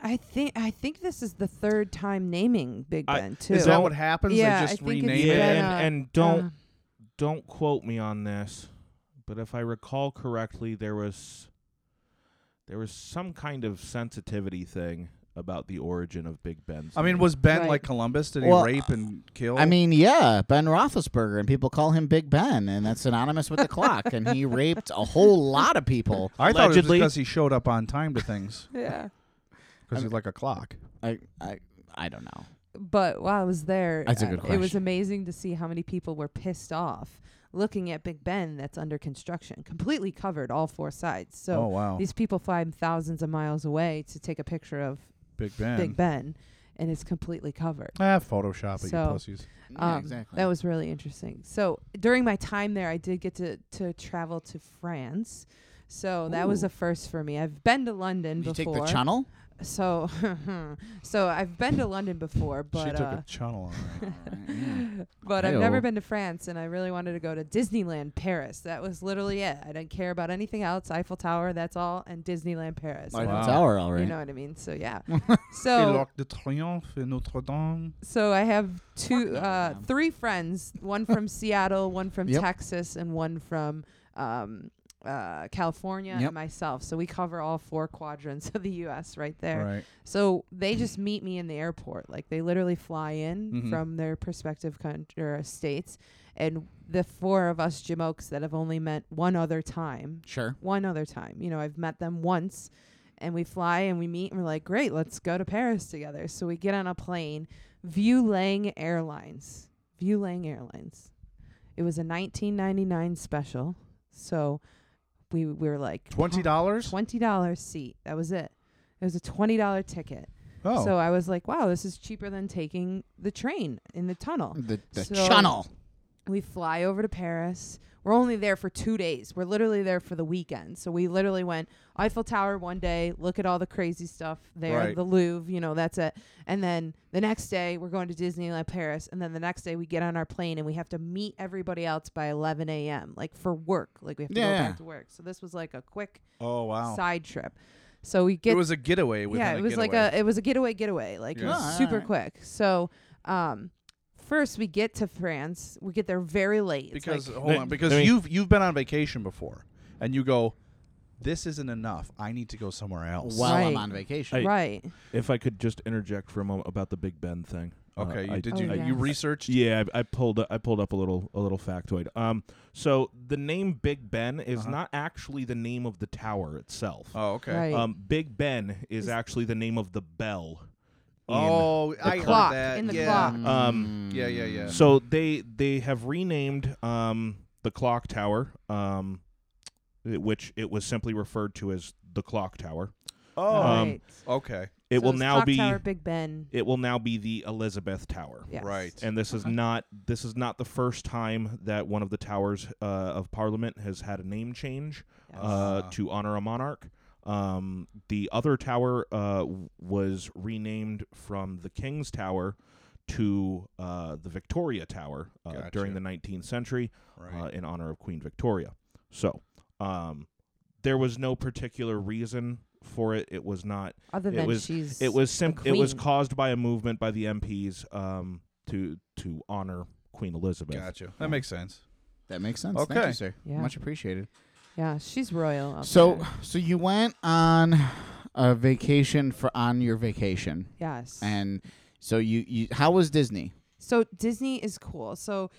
I think. I think this is the third time naming Big I- Ben too. is that what happens? They Yeah, just I think it's rename Yeah, it? been, and, uh, and don't uh, don't quote me on this, but if I recall correctly, there was there was some kind of sensitivity thing about the origin of Big Ben's. I mean, name. was Ben like Columbus? Did he Well, rape and kill? I mean, yeah, Ben Roethlisberger, and people call him Big Ben, and that's synonymous with the clock. And he raped a whole lot of people. I thought it was because he showed up on time to things. Yeah. Because he's like a clock. I, I, I don't know. But while I was there, That's a uh, good it was question. amazing to see how many people were pissed off looking at Big Ben that's under construction, completely covered all four sides. So Oh, wow. these people fly thousands of miles away to take a picture of Big Ben. Big Ben, and it's completely covered. Ah, Photoshop it, you so, pussies. Yeah, um, exactly. That was really interesting. So during my time there, I did get to to travel to France. So that was Ooh. a first for me. I've been to London Did you take before. the Channel? So, so I've been to London before, but she took uh, a chunnel on it. but I've never been to France, and I really wanted to go to Disneyland Paris. That was literally it. I didn't care about anything else. Eiffel Tower, that's all, and Disneyland Paris. Eiffel Wow. Tower, all You right. know what I mean? So yeah. Et so l'Arc de Triomphe et Notre Dame. so I have two, uh, three friends. One from Seattle, one from Yep. Texas, and one from um, uh, California, Yep. and myself. So we cover all four quadrants of the U.S. right there. Right. So they just meet me in the airport. Like they literally fly in Mhm. from their prospective country or states, and the four of us Jim Oaks that have only met one other time. Sure. One other time. You know, I've met them once and we fly and we meet and we're like, great, let's go to Paris together. So we get on a plane, View Lang Airlines. View Lang Airlines. It was a 1999 special. So we, we were like $20? $20 seat. That was it. It was a $20 ticket. Oh. So I was like, wow, this is cheaper than taking the train in the tunnel. The- the tunnel. We fly over to Paris. We're only there for two days. We're literally there for the weekend. So we literally went Eiffel Tower one day, look at all the crazy stuff there, Right. the Louvre, you know, that's it. And then the next day, we're going to Disneyland Paris. And then the next day, we get on our plane and we have to meet everybody else by 11 a.m., like for work. Like we have to go Yeah. back to work. So this was like a quick Oh, wow. side trip. So we get It was a getaway within yeah, a it was like getaway. a it was a getaway getaway. Like it Yeah. was Oh, super alright. quick. So um first we get to France. We get there very late. It's because like- hold on, because you've you've been on vacation before, and you go, this isn't enough. I need to go somewhere else. I- Right. If I could just interject for a moment about the Big Ben thing. Uh, Okay, you- I- did you- Oh, you yes. researched? Yeah, I, I pulled I pulled up a little a little factoid. Um, so the name Big Ben is Uh-huh. not actually the name of the tower itself. Oh, okay. Right. Um, Big Ben is actually the name of the bell. in Oh, the I heard clock. that. In the Yeah. Mm. clock. Um, Yeah, yeah, yeah. So they they have renamed um the clock tower um, i- which it was simply referred to as the clock tower. Oh. Right. Okay. It So will it's now Clock be Tower, Big Ben. It will now be the Elizabeth Tower. Yes. Right. And this is Okay. not this is not the first time that one of the towers uh, of Parliament has had a name change uh, to honor a monarch. Um, the other tower uh, w- was renamed from the King's Tower to uh, the Victoria Tower uh, during the 19th century uh, in honor of Queen Victoria. So um, there was no particular reason for it. It was not. Other it than was, she's it was the simp- it was queen. caused by a movement by the MPs um, to to honor Queen Elizabeth. Gotcha. That makes sense. That makes sense. Thank Okay. you, sir. Yeah. Much appreciated. Yeah, she's royal. up So, there. so you went on a vacation for on your vacation. Yes. And so you, you how was Disney? So Disney is cool. So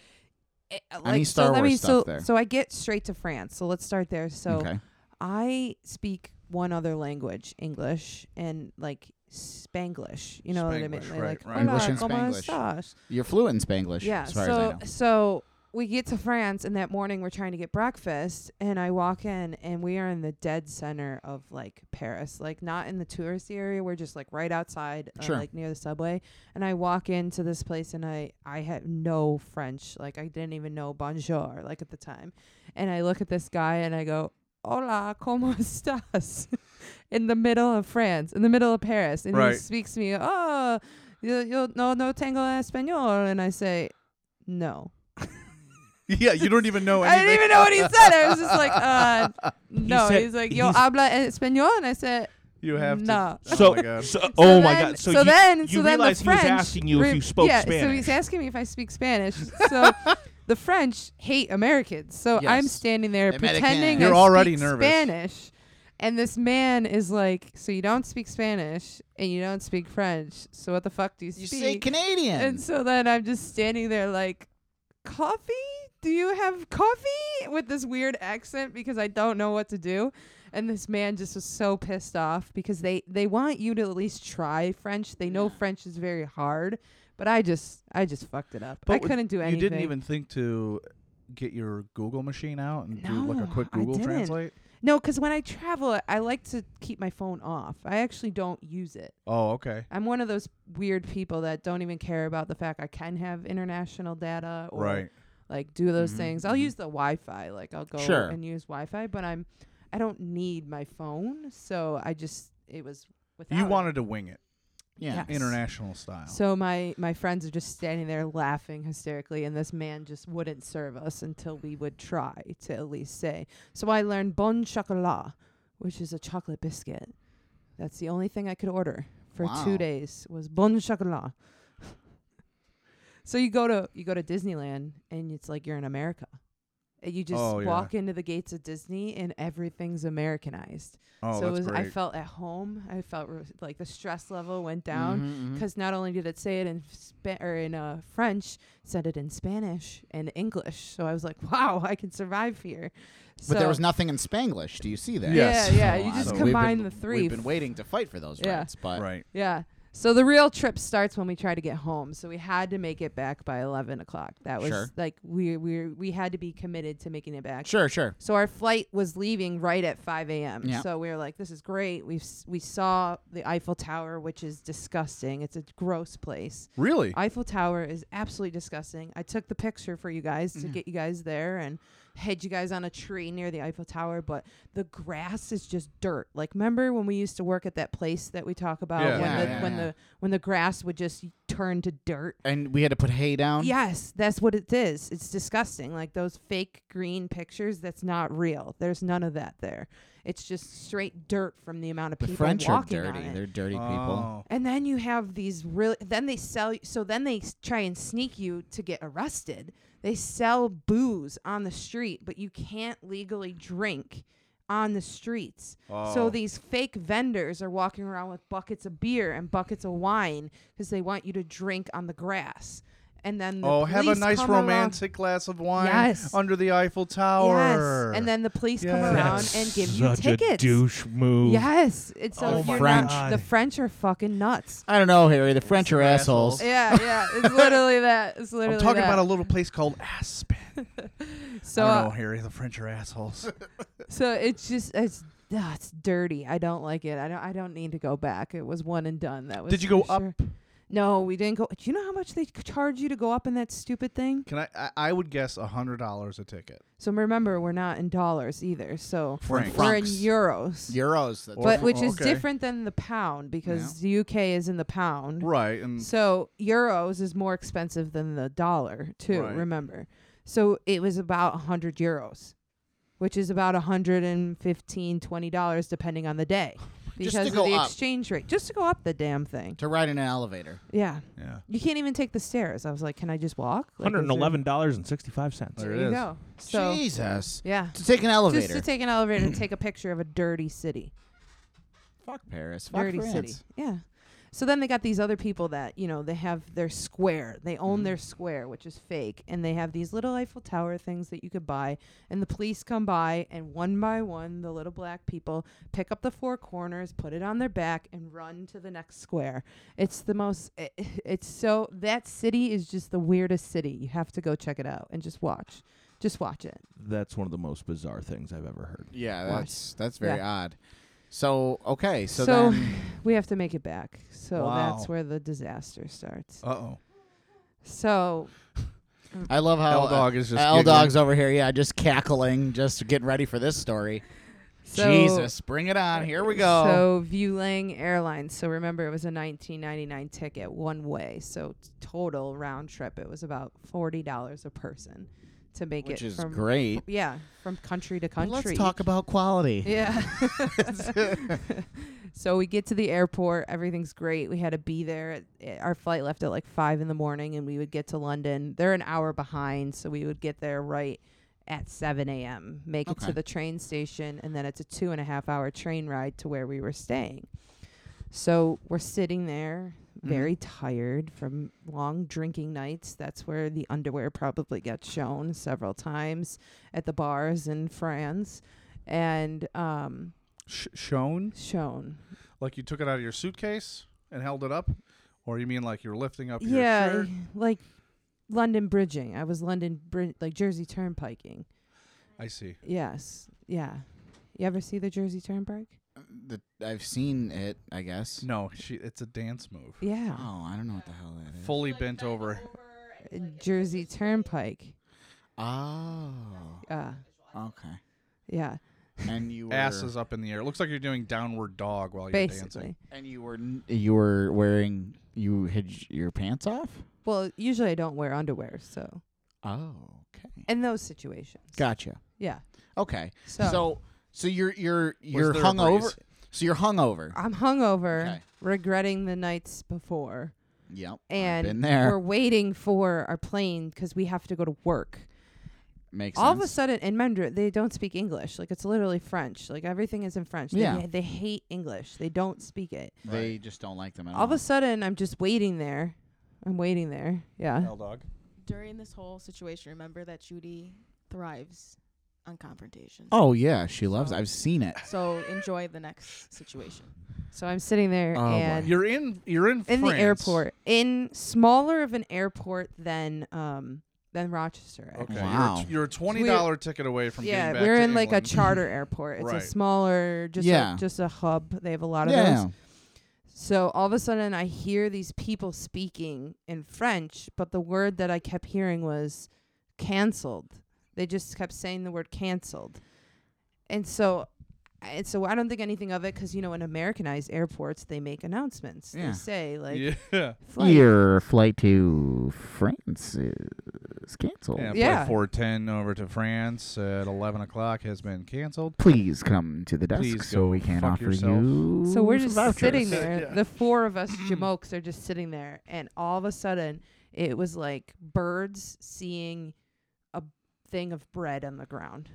eh, uh, Any like Star so let Wars me stuff so there? so I get straight to France. So let's start there. So Okay. I speak one other language, English, and like Spanglish. You know what I mean? Spanglish, Like, like, right, right. "Hola, English and ¿cómo Spanglish. estás?" You're fluent in Spanglish, Yeah. as far so as I know. so we get to France, and that morning we're trying to get breakfast, and I walk in, and we are in the dead center of like Paris, like not in the tourist area. We're just like right outside, uh, Sure. like near the subway. And I walk into this place, and I I had no French, like I didn't even know bonjour, like at the time. And I look at this guy, and I go. Hola, ¿cómo estás? in the middle of France, in the middle of Paris. And Right. he speaks to me, oh, you, you, no, no tengo español. And I say, no. yeah, you don't even know. I didn't even know what he said. I was just like, uh, no. said- he's like, yo he's- habla español. And I said, You have to- no. So, my God. so- oh my then- god! So, so you, then, you so then realize the he was French asking you if re- you spoke yeah, Spanish. so he's asking me if I speak Spanish. So the French hate Americans. So I'm Yes. standing there American. pretending You're I already speak nervous. Spanish, and this man is like, "So you don't speak Spanish and you don't speak French. So what the fuck do you, You speak?" say Canadian. And so then I'm just standing there like, "Coffee? Do you have coffee?" With this weird accent because I don't know what to do. And this man just was so pissed off because they they want you to at least try French. They know French is very hard, but I just I just fucked it up. I w- couldn't do anything. You didn't even think to get your Google machine out and do like a quick I Google didn't. Translate. No, because when I travel, I like to keep my phone off. I actually don't use it. Oh, okay. I'm one of those weird people that don't even care about the fact I can have international data or Right. like do those Mhm, things. I'll use the Wi-Fi, like I'll go Sure. and use Wi-Fi, but I'm I don't need my phone, so I just it was without. you it. wanted to wing it. Yes. International style. So my my friends are just standing there laughing hysterically, and this man just wouldn't serve us until we would try to at least say. So I learned bon chocolat, which is a chocolate biscuit. That's the only thing I could order for Wow. two days was bon chocolat. so you go to you go to Disneyland, and it's like you're in America. Uh, You just Oh, yeah. walk into the gates of Disney, and everything's Americanized. Oh, so it that's was I great. felt at home. I felt re- like the stress level went Mhm, down mhm. because not only did it say it in spa- or in uh, French, it said it in Spanish and English. So I was like, wow, I can survive here. But there So- was nothing in Spanglish. Do you see that? Yes. Yeah, yeah, you just So combine we've been, the three. We've been waiting to fight for those rights, uh, but yeah. So the real trip starts when we try to get home. So we had to make it back by eleven o'clock. That was Sure. like we we we had to be committed to making it back. Sure, sure. So our flight was leaving right at five a.m. Yeah. So we were like, "This is great." We we saw the Eiffel Tower, which is disgusting. It's a gross place. Really? Eiffel Tower is absolutely disgusting. I took the picture for you guys to Mm-hmm. Mhm. get you guys there and had you guys on a tree near the Eiffel Tower, but the grass is just dirt. Like remember when we used to work at that place that we talk about Yeah. when Yeah, the yeah, when yeah. the when the grass would just turn to dirt? and we had to put hay down. Yes, that's what it is. It's disgusting. Like those fake green pictures, that's not real. There's none of that there. It's just straight dirt from the amount of The people French are walking on dirty. it. They're dirty people. And then you have these really. Then they sell. So then they s- try and sneak you to get arrested. They sell booze on the street, but you can't legally drink on the streets. Oh. So these fake vendors are walking around with buckets of beer and buckets of wine because they want you to drink on the grass. And then the oh, have a police nice come around- romantic glass of wine Yes. under the Eiffel Tower. Yes. And then the police come Yes. around and give you Such a tickets. douche move. Yes. It's so Oh you're my not- God. the French are fucking nuts. I don't know, Harry. The French are assholes. Yeah, yeah. It's literally that. It's literally I'm talking that. about a little place called Aspen. So, I don't know, uh, Harry. The French are assholes. so it's just it's ah, it's dirty. I don't like it. I don't I don't need to go back. It was one and done. That was Did you go for sure. No, we didn't go. Do you know how much they c- charge you to go up in that stupid thing? Can I? I, I would guess a hundred dollars a ticket. So remember, we're not in dollars either. So We're in we're in francs. euros. Euros, that's but right. which is Okay. different than the pound because the UK is in the pound. Right, and- so euros is more expensive than the dollar too. Right. Remember, so it was about a hundred euros, which is about a hundred and fifteen twenty dollars depending on the day because Just to of go the up. exchange rate. Just to go up the damn thing. To ride in an elevator. Yeah. Yeah. You can't even take the stairs. I was like, can I just walk? Like, is there- $111.65. There you go. So, Jesus. Yeah. To take an Just elevator. to take an elevator and take a picture of a dirty city. Paris. Fuck dirty France. city. Yeah. So then they got these other people that, you know, they have their square. They own their square, which is fake. And they have these little Eiffel Tower things that you could buy. And the police come by, and one by one, the little black people pick up the four corners, put it on their back, and run to the next square. It's the most, i it's so, that city is just the weirdest city. You have to go check it out and just watch. Just watch it. That's one of the most bizarre things I've ever heard. Yeah, Watch. that's that's very Yeah. odd. So okay, so, So, then we have to make it back. So Wow. that's where the disaster starts. Uh oh. So I love how uh, L Dog is just L giggling. Dog's over here, yeah, just cackling, just getting ready for this story. So- Jesus, Oh. bring it on! Here we go. So Vueling Airlines. So remember, it was a 1999 ticket, one way. So t- total round trip, it was about forty dollars a person to make Which it. is from, great. Yeah, from country to Well, country. let's talk about quality. Yeah. so we get to the airport. Everything's great. We had to be there. at- eh, Our flight left at like five in the morning, and we would get to London. They're an hour behind, so we would get there right at 7 a.m. Make it Okay. to the train station, and then it's a two and a half hour train ride to where we were staying. So we're sitting there, Mhm. very tired from long drinking nights. That's where the underwear probably gets shown several times at the bars in France. And um, Sh- shown? Shown. Like you took it out of your suitcase and held it up, or you mean like you're lifting up your yeah, shirt? like London bridging. I was London, bri- like Jersey turnpiking. I see. Yes. Yeah. You ever see the Jersey Turnpike? The, I've seen it, I guess. No, she, it's a dance move. Yeah. Oh, I don't know what the hell that is. Fully bent over. Jersey Turnpike. Oh. Uh, Okay. Yeah. and you were ass is up in the air. It looks like you're doing downward dog while you're dancing. and you were n- you were wearing you had j- your pants off. Well, usually I don't wear underwear, so Oh, in those situations. gotcha. Yeah. Okay. So- So so, you're you're you're there a hungover. breeze? So you're hungover. I'm hungover, regretting the nights before. Yep. I've And been there. we're waiting for our plane because we have to go to work. Makes All of a sense. sudden, in Mandarin, they don't speak English. Like it's literally French. Like everything is in French. They- Yeah. They, hate English. They don't speak it. They just don't like them at All of all. a sudden, I'm just waiting there. I'm waiting there. Yeah. dog. During this whole situation, remember that Judy thrives on confrontation. Oh yeah, she loves. I've seen it. So enjoy the next situation. So I'm sitting there Oh, boy. and you're in you're in in the France. airport in smaller of an airport than um than Rochester. Okay, actually. you're a Wow. t- you're a So $20 we're- ticket away from Yeah, getting back we're to in like a England. charter airport. It's Right. a smaller, just Yeah. a, just a hub. They have a lot of Yeah. those. So all of a sudden, I hear these people speaking in French, but the word that I kept hearing was canceled. They just kept saying the word canceled, and so, and so I don't think anything of it because you know in Americanized airports they make announcements. Yeah. They say like, Yeah. flight- flight to France is canceled. Yeah, Yeah. four ten over to France at eleven o'clock has been canceled. Please come to the desk Please so go we can fuck offer yourself. you. So we're some just vouchers. sitting there. Yeah. The four of us jamokes are just sitting there, and all of a sudden, it was like birds seeing a thing of bread on the ground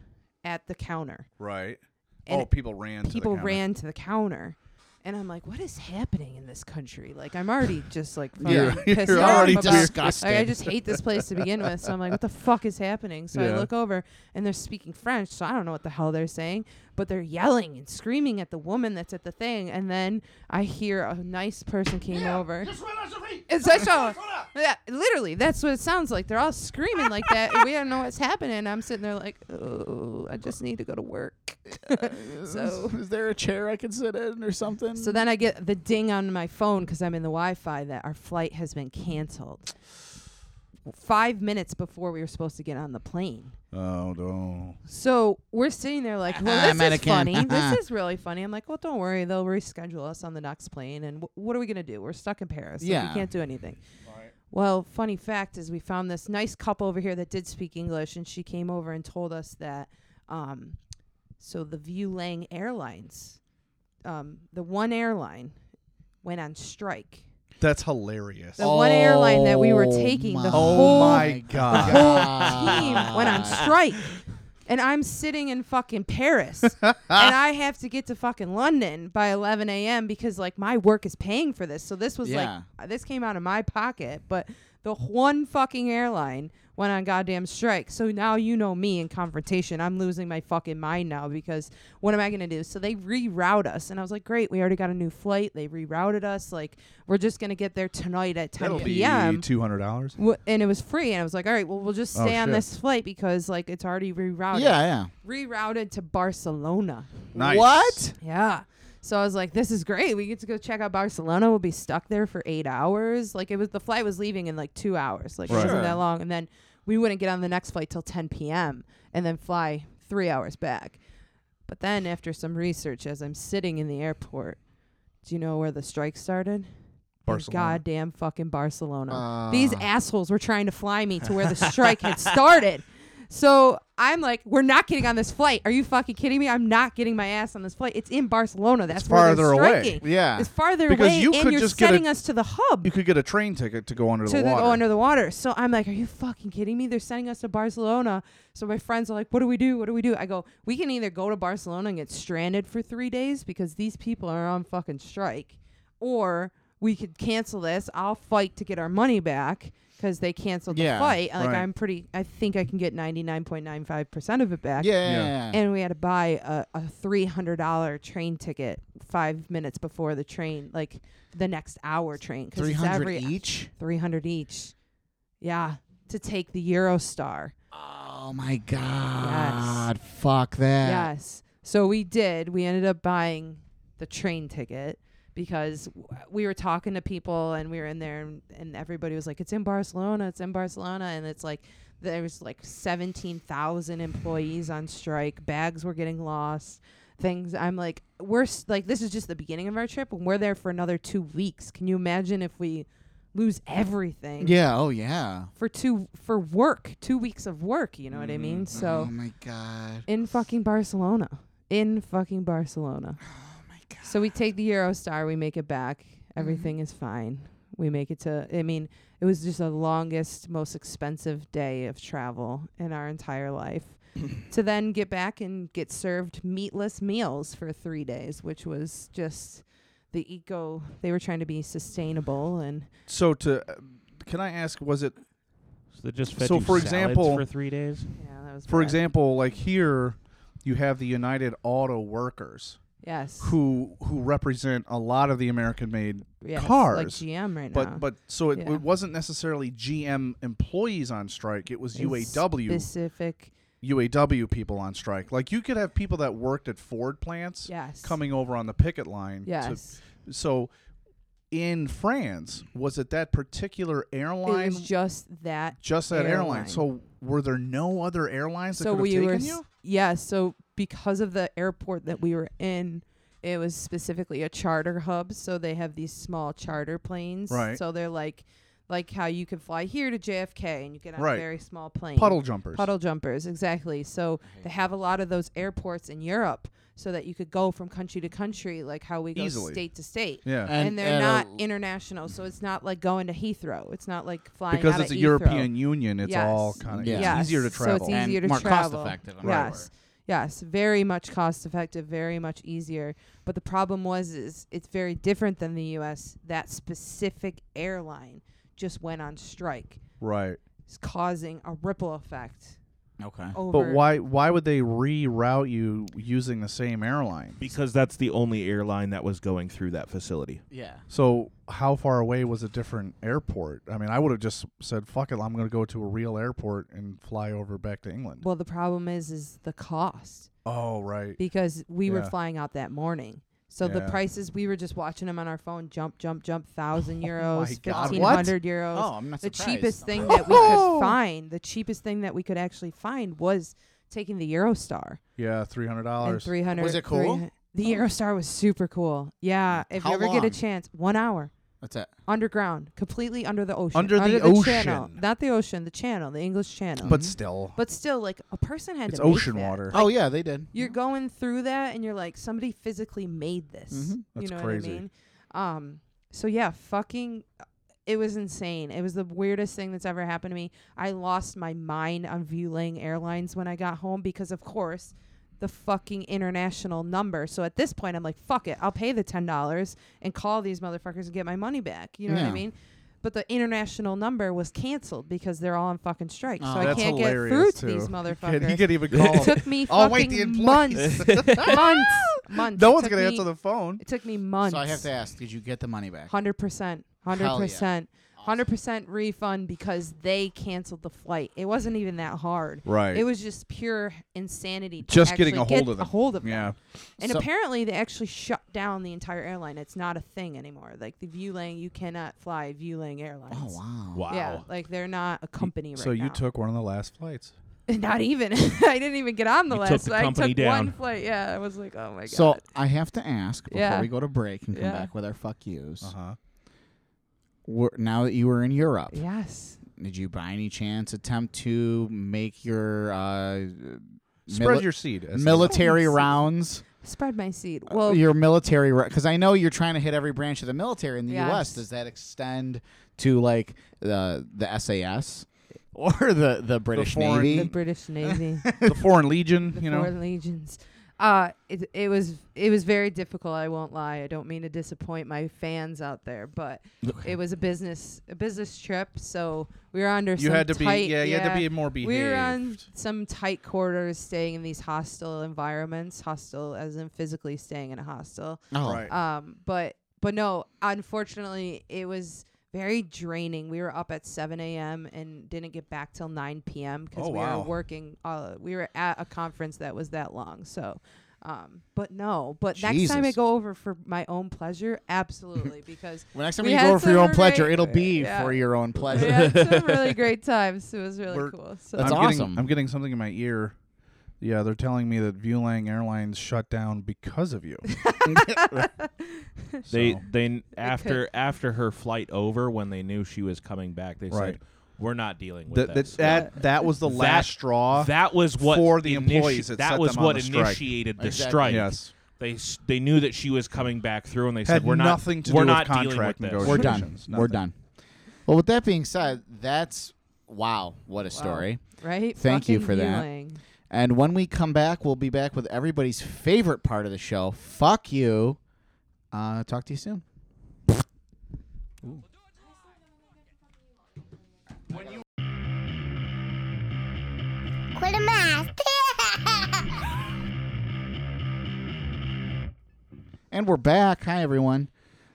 at the counter. Right. And oh, people ran. to the People counter. ran to the counter, and I'm like, "What is happening in this country? Like, I'm already just like fucking You're- pissed you're off already about- disgusted. Like, I just hate this place to begin with. So I'm like, "What the fuck is happening?" So Yeah. I look over, and they're speaking French, so I don't know what the hell they're saying, but they're yelling and screaming at the woman that's at the thing, and then I hear a nice person came over. It's such a yeah, literally, that's what it sounds like. They're all screaming like that, and we don't know what's happening. I'm sitting there like, oh, I just need to go to work. so, is there a chair I can sit in or something? so then I get the ding on my phone because I'm in the Wi-Fi that our flight has been canceled. Five minutes before we were supposed to get on the plane. Oh no. So we're sitting there like, well, this is Ah, Mannequin. Uh-huh. funny. this is really funny. I'm like, well, don't worry. They'll reschedule us on the next plane. And wh- what are we going to do? We're stuck in Paris. Like, Yeah. we can't do anything. Well, funny fact is we found this nice couple over here that did speak English. And she came over and told us that um, so the View Lang Airlines, um, the one airline, went on strike. That's hilarious. The one airline that we were taking, the whole, Oh my the god. whole team went on strike. And I'm sitting in fucking Paris, and I have to get to fucking London by 11 a.m. because like my work is paying for this. So this was Yeah. like uh, this came out of my pocket, but the one fucking airline went on goddamn strike. So now you know me in confrontation. I'm losing my fucking mind now because what am I gonna do? So they reroute us, and I was like, great, we already got a new flight. They rerouted us. Like we're just gonna get there tonight at 10 That'll p.m. be two hundred dollars. Wha- and it was free, and I was like, all right, well, we'll just Oh, stay on shit. this flight because like it's already rerouted. Yeah, yeah. Rerouted to Barcelona. Nice. What? Yeah. So I was like, this is great. We get to go check out Barcelona. We'll be stuck there for eight hours. Like it was the flight was leaving in like two hours. Like it Sure. wasn't that long. And then we wouldn't get on the next flight till 10 p.m. and then fly three hours back. But then after some research, as I'm sitting in the airport, do you know where the strike started? In Barcelona. Goddamn fucking Barcelona. These Ah. assholes were trying to fly me to where the strike had started. So I'm like, we're not getting on this flight. Are you fucking kidding me? I'm not getting my ass on this flight. It's in Barcelona. That's It's where they're farther away. striking. Yeah. it's farther Because away, you and could you're just get a- setting us to the hub. You could get a train ticket to go under to the water. go under the water. So I'm like, are you fucking kidding me? They're sending us to Barcelona. So my friends are like, what do we do? What do we do? I go, we can either go to Barcelona and get stranded for three days because these people are on fucking strike, or we could cancel this. I'll fight to get our money back because they canceled Yeah, the fight. Like right. I'm pretty, I think I can get 99.95 percent of it back. Yeah, yeah, Yeah. yeah. And we had to buy a, a $300 train ticket five minutes before the train, like the next hour train. 'cause it's 300 every- each? 300 each. Yeah, to take the Eurostar. Oh my god! Fuck that. Yes. So we did. We ended up buying the train ticket because w- we were talking to people and we were in there and, and everybody was like, it's in Barcelona, it's in Barcelona. And it's like There was like 17,000 employees on strike. Bags were getting lost. Things. I'm like, we're s- like, this is just the beginning of our trip, and we're there for another two weeks. Can you imagine if we lose everything? Yeah. Oh yeah. For two for work, two weeks of work. You know what I mean? So. Oh my god. In fucking Barcelona. In fucking Barcelona. Oh my god. Mm-hmm. So we take the Eurostar, we make it back. Everything is fine. We make it to I mean, it was just the longest, most expensive day of travel in our entire life. to then get back and get served meatless meals for 3 days, which was just the eco they were trying to be sustainable and So to uh, can I ask was it So they just fed so you for salads example for three days? Yeah, that was For bad. example, like here you have the United Auto Workers. Yes. Who who represent a lot of the American made Yes, like cars. GM right now. But but so it, Yeah. it wasn't necessarily GM employees on strike, it was in UAW specific UAW people on strike. Like you could have people that worked at Ford plants Yes. coming over on the picket line. to- Yes. so in France, was it that particular airline? It was just that. just that airline. So were there no other airlines that so could have we taken were. you? s- Yeah. So because of the airport that we were in, it was specifically a charter hub. So they have these small charter planes. Right. So they're like, like how you can fly here to JFK and you get on Right. a very small plane. Puddle jumpers. Puddle jumpers. Exactly. So they have a lot of those airports in Europe. So that you could go from country to country, like how we go Easily. state to state, Yeah. and, And they're at not a international, so it's not like going to Heathrow. It's not like flying Because out it's of a Heathrow. European Union, it's Yes. all kinda- it's Yes. easier to So it's travel. easier And to more travel. cost-effective, I'm Yes. Yes, very much cost effective, very much easier. But the problem was is it's very different than the US. That specific airline just went on strike. Right. It's causing a ripple effect. Okay. But Over why why would they reroute you using the same airline? because that's the only airline that was going through that facility. So how far away was a different airport? I mean, I would have just said, "Fuck it, I'm going to go to a real airport and fly over back to England." Well, the problem is is the cost. Oh, right. Because we were Yeah. flying out that morning. So the Yeah. prices we were just watching them on our phone jump jump jump 1000 my euros, God, 1500 what? euros. Oh, I'm not the surprised. cheapest thing that we could find, the cheapest thing that we could actually find was taking the Eurostar. Yeah, three hundred And dollars. 300 300 The Eurostar was super cool. Yeah, if How you ever get a long? chance, 1 hour. That's it. Underground, completely under the ocean. Under the Channel. ocean. Not the ocean, the channel, the English channel. But Mhm. still. Mm-hmm. But still like a person had It's to make ocean that. water. Like, Oh, yeah, they did. You're going through that and you're like somebody physically made this. Mhm. You That's know crazy. what I mean? Um so yeah, fucking it was insane. It was the weirdest thing that's ever happened to me. I lost my mind on Vueling Airlines when I got home because of course the fucking international number. So at this point, I'm like, fuck it, I'll pay the ten dollars and call these motherfuckers and get my money back. You know what I Yeah. mean? But the international number was canceled because they're all on fucking strike, so Oh, I that's can't get through hilarious, to too. these You motherfuckers. can't- you can't even It call 'em. took me Oh, fucking wait, the months, employees. months, months. No It one's took gonna me- answer the phone. It took me months. So I have to ask, did you get the money back? Hundred percent. Hundred Hell yeah. percent. Hundred percent refund because they canceled the flight. It wasn't even that hard. Right. It was just pure insanity. to Just getting actually a hold get of them. A hold of them. Yeah. And So- apparently they actually shut down the entire airline. It's not a thing anymore. Like the Vueling, you cannot fly Vueling Airlines. Oh wow. Yeah. Wow. Like they're not a company right so you now. took one of the last flights. not even. I didn't even get on the You last. took the flight. I company took down. one flight. Yeah. I was like, oh my god. So I have to ask before Yeah. we go to break and come Yeah. back with our fuck yous. Uh-huh. We're, now that you were in Europe, yes. Did you by any chance attempt to make your uh, Spread your seed, as they say. military Spread my seed. rounds? Spread my seed. Well, Uh, your military because I know you're trying to hit every branch of the military in the U.S. Yes. Does that extend to like the the SAS or the the British foreign- Navy? The British Navy. the Foreign Legion, you know. Foreign legions. Uh, it, it was it was very difficult. I won't lie. I don't mean to disappoint my fans out there, but it was a business a business trip, so we were under You some had to be- tight- yeah, you had to be more We were on some tight quarters, staying in these hostile environments, hostile as in physically staying in a hostel. Oh. Right. Um, but but no, unfortunately, it was very draining. We were up at 7 a.m. and didn't get back till 9 p.m. because Oh, we wow. were working. Uh, we were at a conference that was that long, so Um, but no, but next time I Jesus. go over for my own pleasure, absolutely, because Well, next time we you go had over for your some own pleasure, great- it'll be yeah. for your own pleasure. We had some really great times. It was really We're- cool. So That's I'm getting- awesome. I'm getting something in my ear. Yeah, they're telling me that Vueling Airlines shut down because of you. They So- they n- after after her flight over when they knew she was coming back, they Right. said, "We're not dealing with That- this." that- that- that was the last straw That was what for the initi- employees that That set was them on what the strike. initiated the Exactly. strike. Yes. They s- they knew that she was coming back through, and they Had said, "We're not nothing to we're do with not dealing with contract this." We're done. We're done. Well, with that being said, that's wow, what a story. right? Thank you Fucking for that. Vueling. And when we come back, we'll be back with everybody's favorite part of the show. Fuck you. Uh, talk to you soon. Quit a mask. And we're back. Hi, everyone.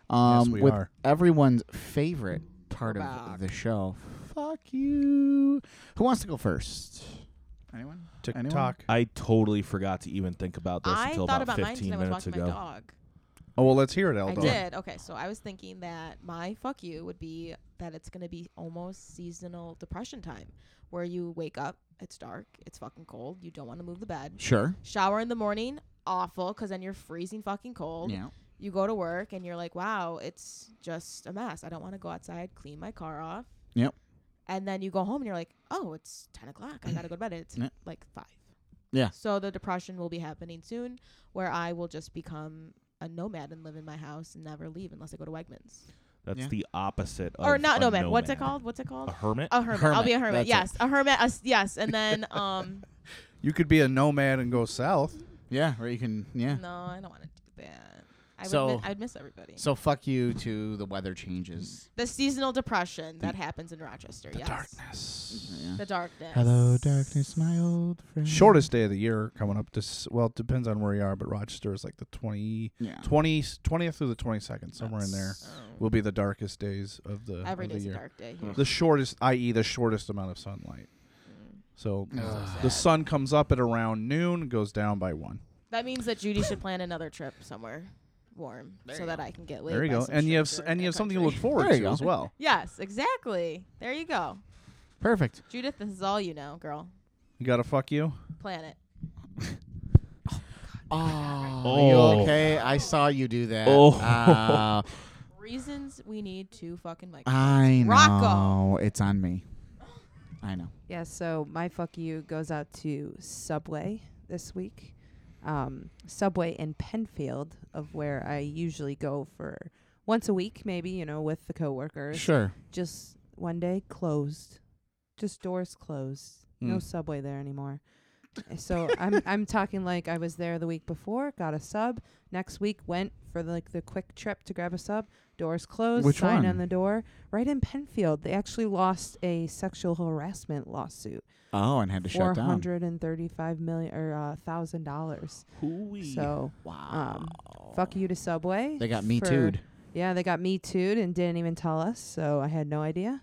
Um, we with are. everyone's favorite part of the show. Fuck you. Who wants to go first? Anyone? Anyone? TikTok. I totally forgot to even think about this I until thought about, about mine 15 tonight. I was minutes walking ago. my dog. Oh well, let's hear it, I Eldo. did. Okay, so I was thinking that my fuck you would be that it's gonna be almost seasonal depression time, where you wake up, it's dark, it's fucking cold, you don't want to move the bed. Sure. Shower in the morning, awful, because then you're freezing fucking cold. Yeah. You go to work and you're like, wow, it's just a mess. I don't want to go outside, clean my car off, Yep. and then you go home and you're like, oh, it's ten o'clock, I gotta go to bed. It's Yeah. like five. Yeah. So the depression will be happening soon, where I will just become a nomad and live in my house and never leave unless I go to Wegmans. That's Yeah. the opposite. or of not a nomad. What's it nomad. called? What's it called? A hermit. A hermit. I'll Hermit. be a hermit. That's yes, it. a hermit. a s yes, and then um. You could be a nomad and go south. Yeah, or you can. Yeah. No, I don't want to do that. I So- would. mi- I'd miss everybody. So fuck you to the weather changes. the seasonal depression that happens in Rochester. The yes. darkness. The darkness. Hello, darkness, my old friend. Shortest day of the year coming up. This well, it depends on where you are, but Rochester is like the 20, Yeah. 20 20th through the twenty second, somewhere in there, That's- will be the darkest days of the Every of the day's a year. Hmm. dark day here. The shortest, i.e., the shortest amount of sunlight. So Mm. Ugh. the sun comes up at around noon, goes down by one. That means that Judy should plan another trip somewhere warm so that I can get laid. there you by go, some and you have s- stranger and in you have the something to look country. forward There you to go. as well. Yes, exactly. There you go. Perfect. Judith, this is all you know, girl. You gotta fuck you. Plan it. Oh, Oh. you okay? I saw you do that. Oh. Uh, Reasons we need to fucking like. I know. Rocco. It's on me. I know. Yeah, so my fuck you goes out to Subway this week. Um, Subway in Penfield, of where I usually go for once a week, maybe, you know, with the coworkers. Sure. Just one day closed. Just doors closed. No Mm. Subway there anymore. Uh, so I'm I'm talking like I was there the week before, got a sub. Next week went for like the quick trip to grab a sub. Doors closed. Which sign one? on the door. Right in Penfield, they actually lost a sexual harassment lawsuit. Oh, and had to shut down. Four hundred and thirty-five million or uh, thousand dollars. Hooey. So wow. Um, fuck you to Subway. They got Me for- Too'd. Yeah, they got me too'd and didn't even tell us. So I had no idea.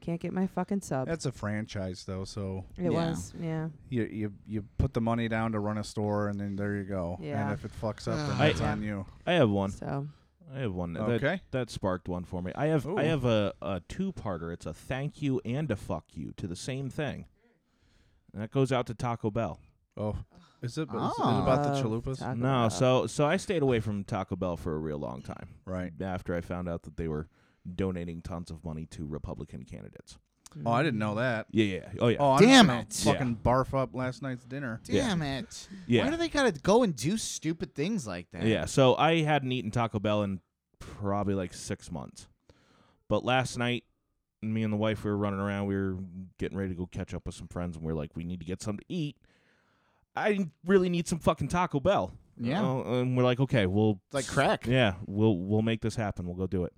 Can't get my fucking sub. That's a franchise though, so It Yeah. was, yeah. You you you put the money down to run a store, and then there you go. Yeah. And if it fucks up, then I- that's on you. I have one. So. I have one. That- Okay. That, sparked one for me. I have Ooh. I have a, a two parter. It's a thank you and a fuck you to the same thing. And that goes out to Taco Bell. Oh. Is it, is it about the Oh. chalupas? no, so so I stayed away from Taco Bell for a real long time. Right. After I found out that they were donating tons of money to Republican candidates. Oh, I didn't know that. Yeah, yeah. Oh yeah. Oh, I'm Damn gonna it. Fucking barf up last night's dinner. Yeah. Damn it. Yeah. Why do they gotta go and do stupid things like that? Yeah, so I hadn't eaten Taco Bell in probably like six months. But last night, me and the wife, we were running around. We were getting ready to go catch up with some friends, and we were like, we need to get something to eat. I really need some fucking Taco Bell. Yeah. Uh, and we're like, okay, we'll It's like crack. Yeah, we'll we'll make this happen. We'll go do it.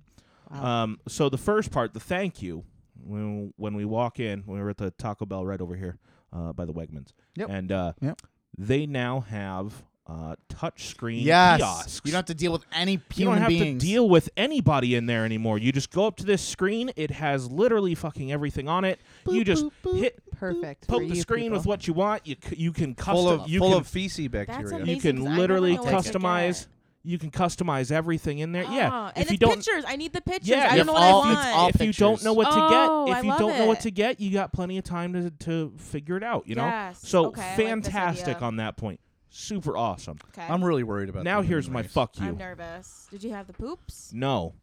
Um, so the first part, the thank you, when when we walk in, we were at the Taco Bell right over here, uh, by the Wegmans. Yep. And uh, Yep. they now have uh, touch screen Yes. kiosks. You don't have to deal with any You human don't have beings. to deal with anybody in there anymore. You just go up to this screen. It has literally fucking everything on it. you just hit Perfect. Poke for the you screen people. with what you want. You c- you can custom. Full of- you full can, of feces That's bacteria. You amazing, can 'cause I literally never know what to customize. You can customize everything in there. Ah, Yeah. and if you the don't, pictures. I need the pictures. yeah. I if, don't know what I if you- want. if you don't know what to get, Oh, if I you love don't know what it. to get, you got plenty of time to to figure it out. You know. Yes. So Okay, I like this fantastic idea. on that point. Super awesome. 'Kay. I'm really worried about Now the here's my fuck you. I'm nervous. Did you have the poops? No.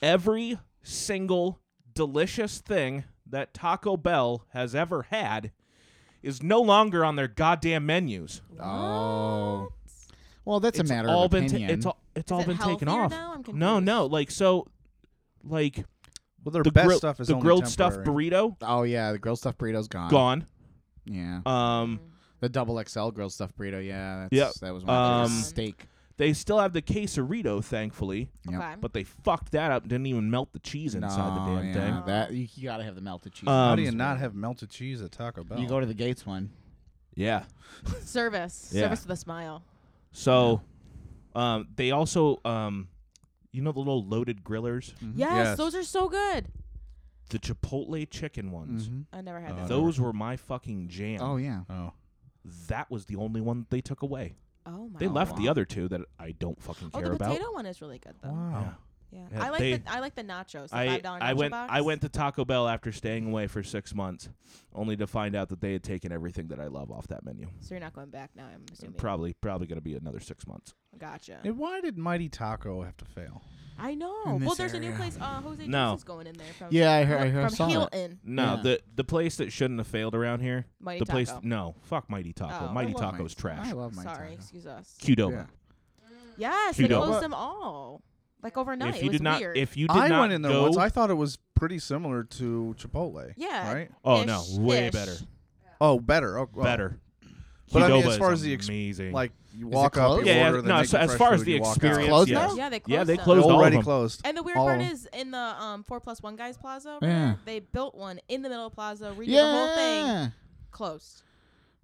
Every single delicious thing that Taco Bell has ever had is no longer on their goddamn menus. Oh. Well, that's It's a matter all of been ta- opinion. it's all, it's Is all it been taken healthier off. now? I'm no, no, like so like well, their the best grill- stuff is the only grilled stuff temporary. burrito oh yeah, the grilled stuffed burrito's gone. gone. Yeah. Mm-hmm. Um the double XL grilled stuffed burrito. Yeah. That's, Yep. That was my Um, favorite steak. They still have the quesarito, thankfully. Yep. Okay. But they fucked that up. Didn't even melt the cheese inside the No, damn yeah, thing. That you, you gotta have the melted cheese. Um, How do you not have melted cheese at Taco Bell? You go to the Gates one. Yeah. Service. Yeah. Service with a smile. So, um, they also, um, you know, the little loaded grillers. Mm. Yes, those are so good. the chipotle chicken ones. Uh, I never had Oh, those. Those were my fucking jam. Mm-hmm. Oh yeah. Oh. That was the only one they took away. Oh my. They left God. the other two that I don't fucking Oh, care the about. potato one is really good though. Wow. Yeah. Yeah, I like they- the I like the nachos. The I, five dollar I nacho went box. I went to Taco Bell after staying away for six months, only to find out that they had taken everything that I love off that menu. So you're not going back now. I'm assuming. Probably probably gonna be another six months. Gotcha. And why did Mighty Taco have to fail? I know. In Well, this there's a new area. place. Uh, Jose No. Juice is going in there from. Yeah, I heard- I from- heard- I From saw that. Hilton. No, Yeah. the the place that shouldn't have failed around here. Mighty the place Taco. no, fuck Mighty Taco. Oh. Mighty I love Taco's trash. I love my Sorry, taco. excuse us. Qdoba. Yeah. Yes, they Qdoba. closed What? them all. Like overnight. If it you was did not, weird. if you did I not went in there go, once. I thought it was pretty similar to Chipotle. Yeah, Right. Oh, no, ish, way ish. better. Oh, better. Oh, well. Better. But I mean, Qdoba as far is as the ex- amazing. like you Is it walk up, closed? you Yeah, order, yeah, they no, make so you as fresh far as food, the you walk out. experience, Closed yes. now? Yeah, they closed Yeah, they them. closed They're all already of them. closed. And the weird All part of is in the um, Four Plus One guys Plaza. Over Yeah. there, they built one in the middle of Plaza. Redid the whole Yeah. thing. Closed.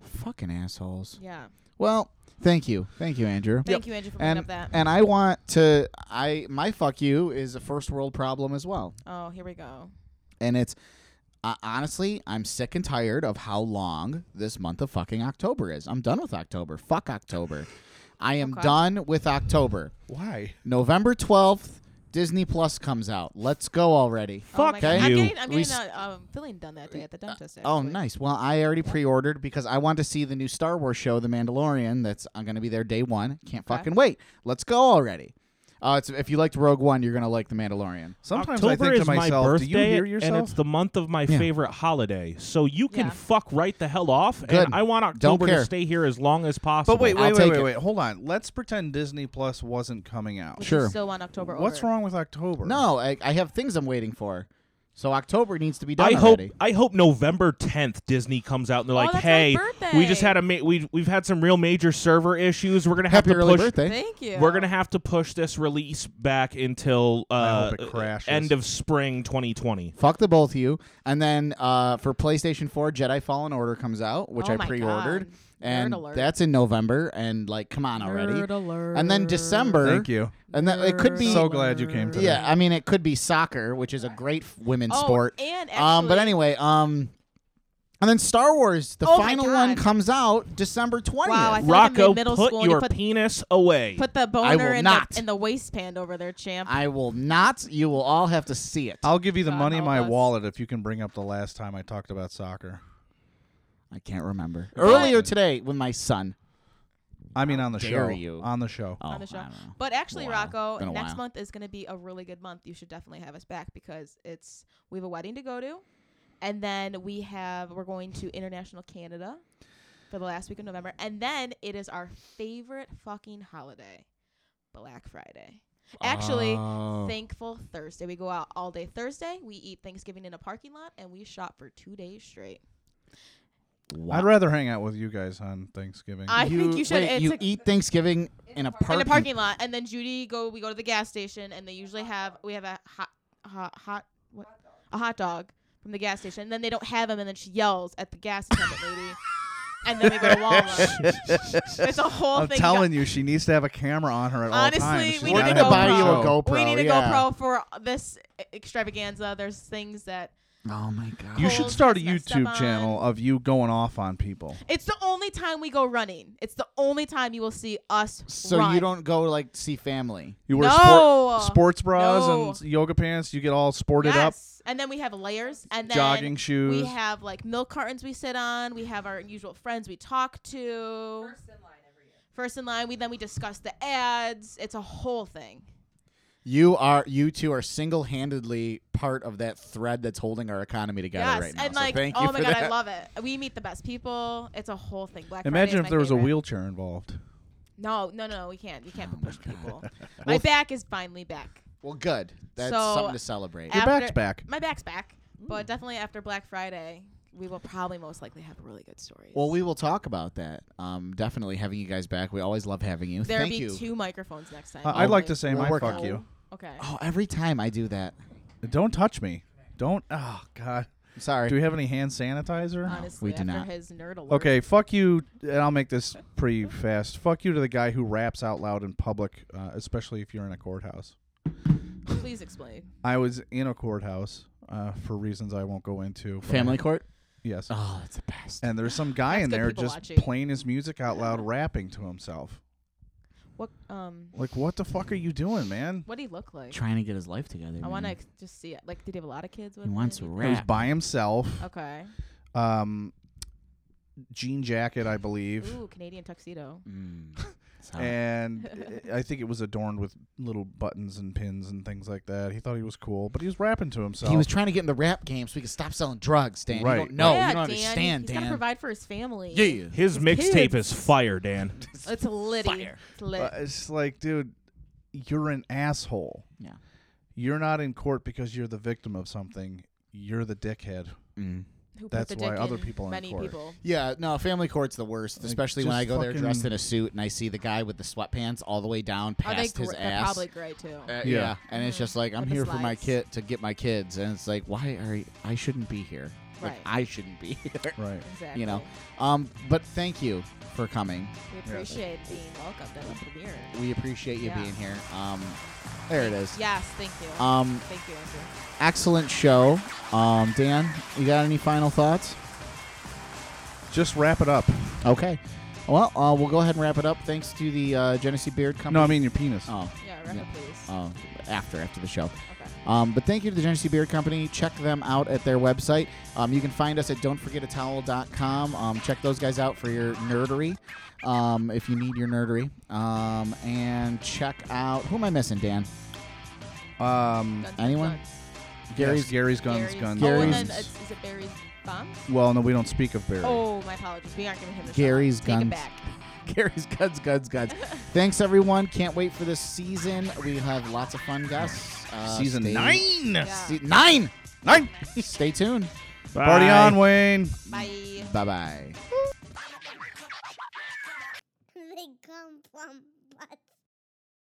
Fucking assholes. Yeah. Well, thank you, thank you, Andrew. Thank you, Andrew, for bringing and, up that. And I want to. I my fuck you is a first world problem as well, Oh, here we go. and it's uh, honestly I'm sick and tired of how long this month of fucking October is. I'm done with October. Fuck October. I am Okay. done with October. Why? November twelfth, Disney Plus comes out. Let's go already. oh my God. I'm you. getting, I'm We getting a um, filling done that day at the dentist. Oh, actually. nice. Well, I already pre-ordered because I want to see the new Star Wars show, The Mandalorian. That's I'm going to be there day one. Can't Okay. fucking wait. Let's go already. Uh, it's, if you liked Rogue One, you're going to like The Mandalorian. Sometimes October I think is to myself, my birthday, do you hear and yourself? it's the month of my favorite holiday. So you can Yeah. fuck right the hell off, Good. and I want Don't October to care. stay here as long as possible. but wait, I'll wait, wait, take wait, it. wait. Hold on. Let's pretend Disney Plus wasn't coming out. Which is Sure. Still on October. What's order. wrong with October? No, I, I have things I'm waiting for. So October needs to be done I hope already. I hope November 10th Disney comes out and they're Oh, like, that's my "Hey, we just birthday." had a ma- we we've had some real major server issues. We're gonna have Happy to early push. birthday. Thank you. We're gonna have to push this release back until I uh, hope it crashes. end of spring 2020." Fuck the both of you. And then uh, for PlayStation 4, Jedi Fallen Order comes out, which Oh I my pre-ordered. God. And Nerd alert. that's in November. And like, come on already. And then December. Thank you. And that it could be So glad you came today. Yeah, I mean it could be soccer, which is a great f- women's Oh, sport. and um, but actually- anyway, um, and then Star Wars, the Oh my final one God. comes out December twentieth. Wow, I feel like I'm in Rocco, middle put school. You your put- penis away. Put the I will boner in the, not. in the waistband over there, champ. will not. You will all have to see it. I'll give you the God money in help my us. wallet if you can bring up the last time I talked about soccer. I can't remember earlier today with my son. I mean, on the show. dare you. On the show. Oh, on the show. I don't know. But actually, Wow. Been Rocco, a next while. month is going to be a really good month. You should definitely have us back because it's we have a wedding to go to, and then we have we're going to International Canada for the last week of November, and then it is our favorite fucking holiday, Black Friday. Actually, Oh. thankful Thursday. We go out all day Thursday. We eat Thanksgiving in a parking lot, and we shop for two days straight. Wow. I'd rather hang out with you guys on Thanksgiving. I think you should. wait, it's you a- eat Thanksgiving in a in parking. the parking lot, and then Judy go. We go to the gas station, and they usually have we have a hot hot hot what a hot dog from the gas station. And then they don't have them, and then she yells at the gas attendant lady, and then we go to Walmart. it's a whole I'm thing. telling you, she needs to have a camera on her at Honestly, all times. She's we We're need gotta to gonna have go it on the buy you show. a GoPro. we need a yeah. GoPro for this extravaganza. There's e, things that Oh my god! You Cold, should start a it's messed up YouTube channel of you going off on people. It's the only time we go running. It's the only time you will see us So run. you don't go like see family. You wear No. sport, sports bras and yoga pants. You get all sported up. Yes. And then we have layers and then Jogging We shoes. Mm-hmm. have like milk cartons we sit on. We have our usual friends we talk to. First in line every year. First in line, we then we discuss the ads. It's a whole thing. You are you two are single handedly part of that thread that's holding our economy together yes. right now. and So like thank oh you my for god, that. I love it. We meet the best people. It's a whole thing. Black Friday Imagine is if my there was a favorite. wheelchair involved. No, no, no, we can't. We can't push people. my Well, back is finally back. Well, good. That's So, something to celebrate. after- back. My back's back. But definitely after Black Friday, we will probably most likely have really good stories. Well, we will talk about that. Um, definitely having you guys back. We always love having you. There'll Thank be you. two microphones next time. I- I'd like to hopefully. say my work fuck on it. you. Okay. Oh, every time I do that. Don't touch me. Don't. Oh God. Sorry. Do we have any hand sanitizer? Honestly, after his nerd alert. Okay, fuck you, and I'll make this pretty fast. Fuck you to the guy who raps out loud in public, uh, especially if you're in a courthouse. Please explain. I was in a courthouse uh, for reasons I won't go into. but- Family court? Yes. Oh, that's the best. And there's some guy good in there people just watching. playing his music out loud, rapping to himself. What um Like, what the fuck are you doing, man? what did he look like? Trying to get his life together. I man. want to just see it. Like, did he have a lot of kids? With He wants him? to He was rap. by himself. Okay. Um, jean jacket, I believe. Ooh, Canadian tuxedo. Oh. and i- I think it was adorned with little buttons and pins and things like that. He thought he was cool, but he was rapping to himself. He was trying to get in the rap game so he could stop selling drugs, Dan. Right. You don't know. yeah, Oh, you don't Dan, understand, He's gotta Dan. provide for his family. Yeah. His mixtape is fire, Dan. It's litty. It's lit. Uh, it's like, dude, you're an asshole. Yeah. You're not in court because you're the victim of something. You're the dickhead. Mm. Who put That's the why dick other in people are in many court. people. Yeah, no, family court's the worst, Like, especially when just I go there fucking- dressed in a suit and I see the guy with the sweatpants all the way down Are Oh, they past gr- his they're ass. probably gray too. Mm-hmm. Uh, yeah. Yeah. and it's just like I'm With the here for my slides. kid to get my kids, and it's like why are you, I shouldn't be here? Like Right. I shouldn't be here. Right. Exactly. You know, um, but thank you for coming. We appreciate being welcomed at the premiere. We appreciate you Yeah. being here. Um, there it is. Yes, thank you. Um, thank you, Andrew. Excellent show. Um, Dan, you got any final thoughts? Just wrap it up. Okay. Well, uh, we'll go ahead and wrap it up. Thanks to the uh, Genesee Beard Company. No, I mean your penis. Oh. Yeah, wrap it, please. Oh, after after the show. Um, but thank you to the Genesee Beard Company. Check them out at their website. Um, you can find us at don'tforgetatowel.com. Um, check those guys out for your nerdery, um, if you need your nerdery. Um, and check out who am I missing, Dan? Um, Guns, guns, Anyone? guns. Gary's yes, Gary's guns, Barry's- guns. Oh, and Gary's- then it's, is it Barry's bombs? Well, no, we don't speak of Barry. Oh, my apologies. We aren't giving him the shout-out. Gary's Take guns. It back. Gary's guns, guns, guns. Thanks everyone. Can't wait for this season. We have lots of fun guests. Uh, Season stay- nine. Se- nine. Nine. stay tuned. Party on, Wayne. Bye. Bye bye. They come from butts.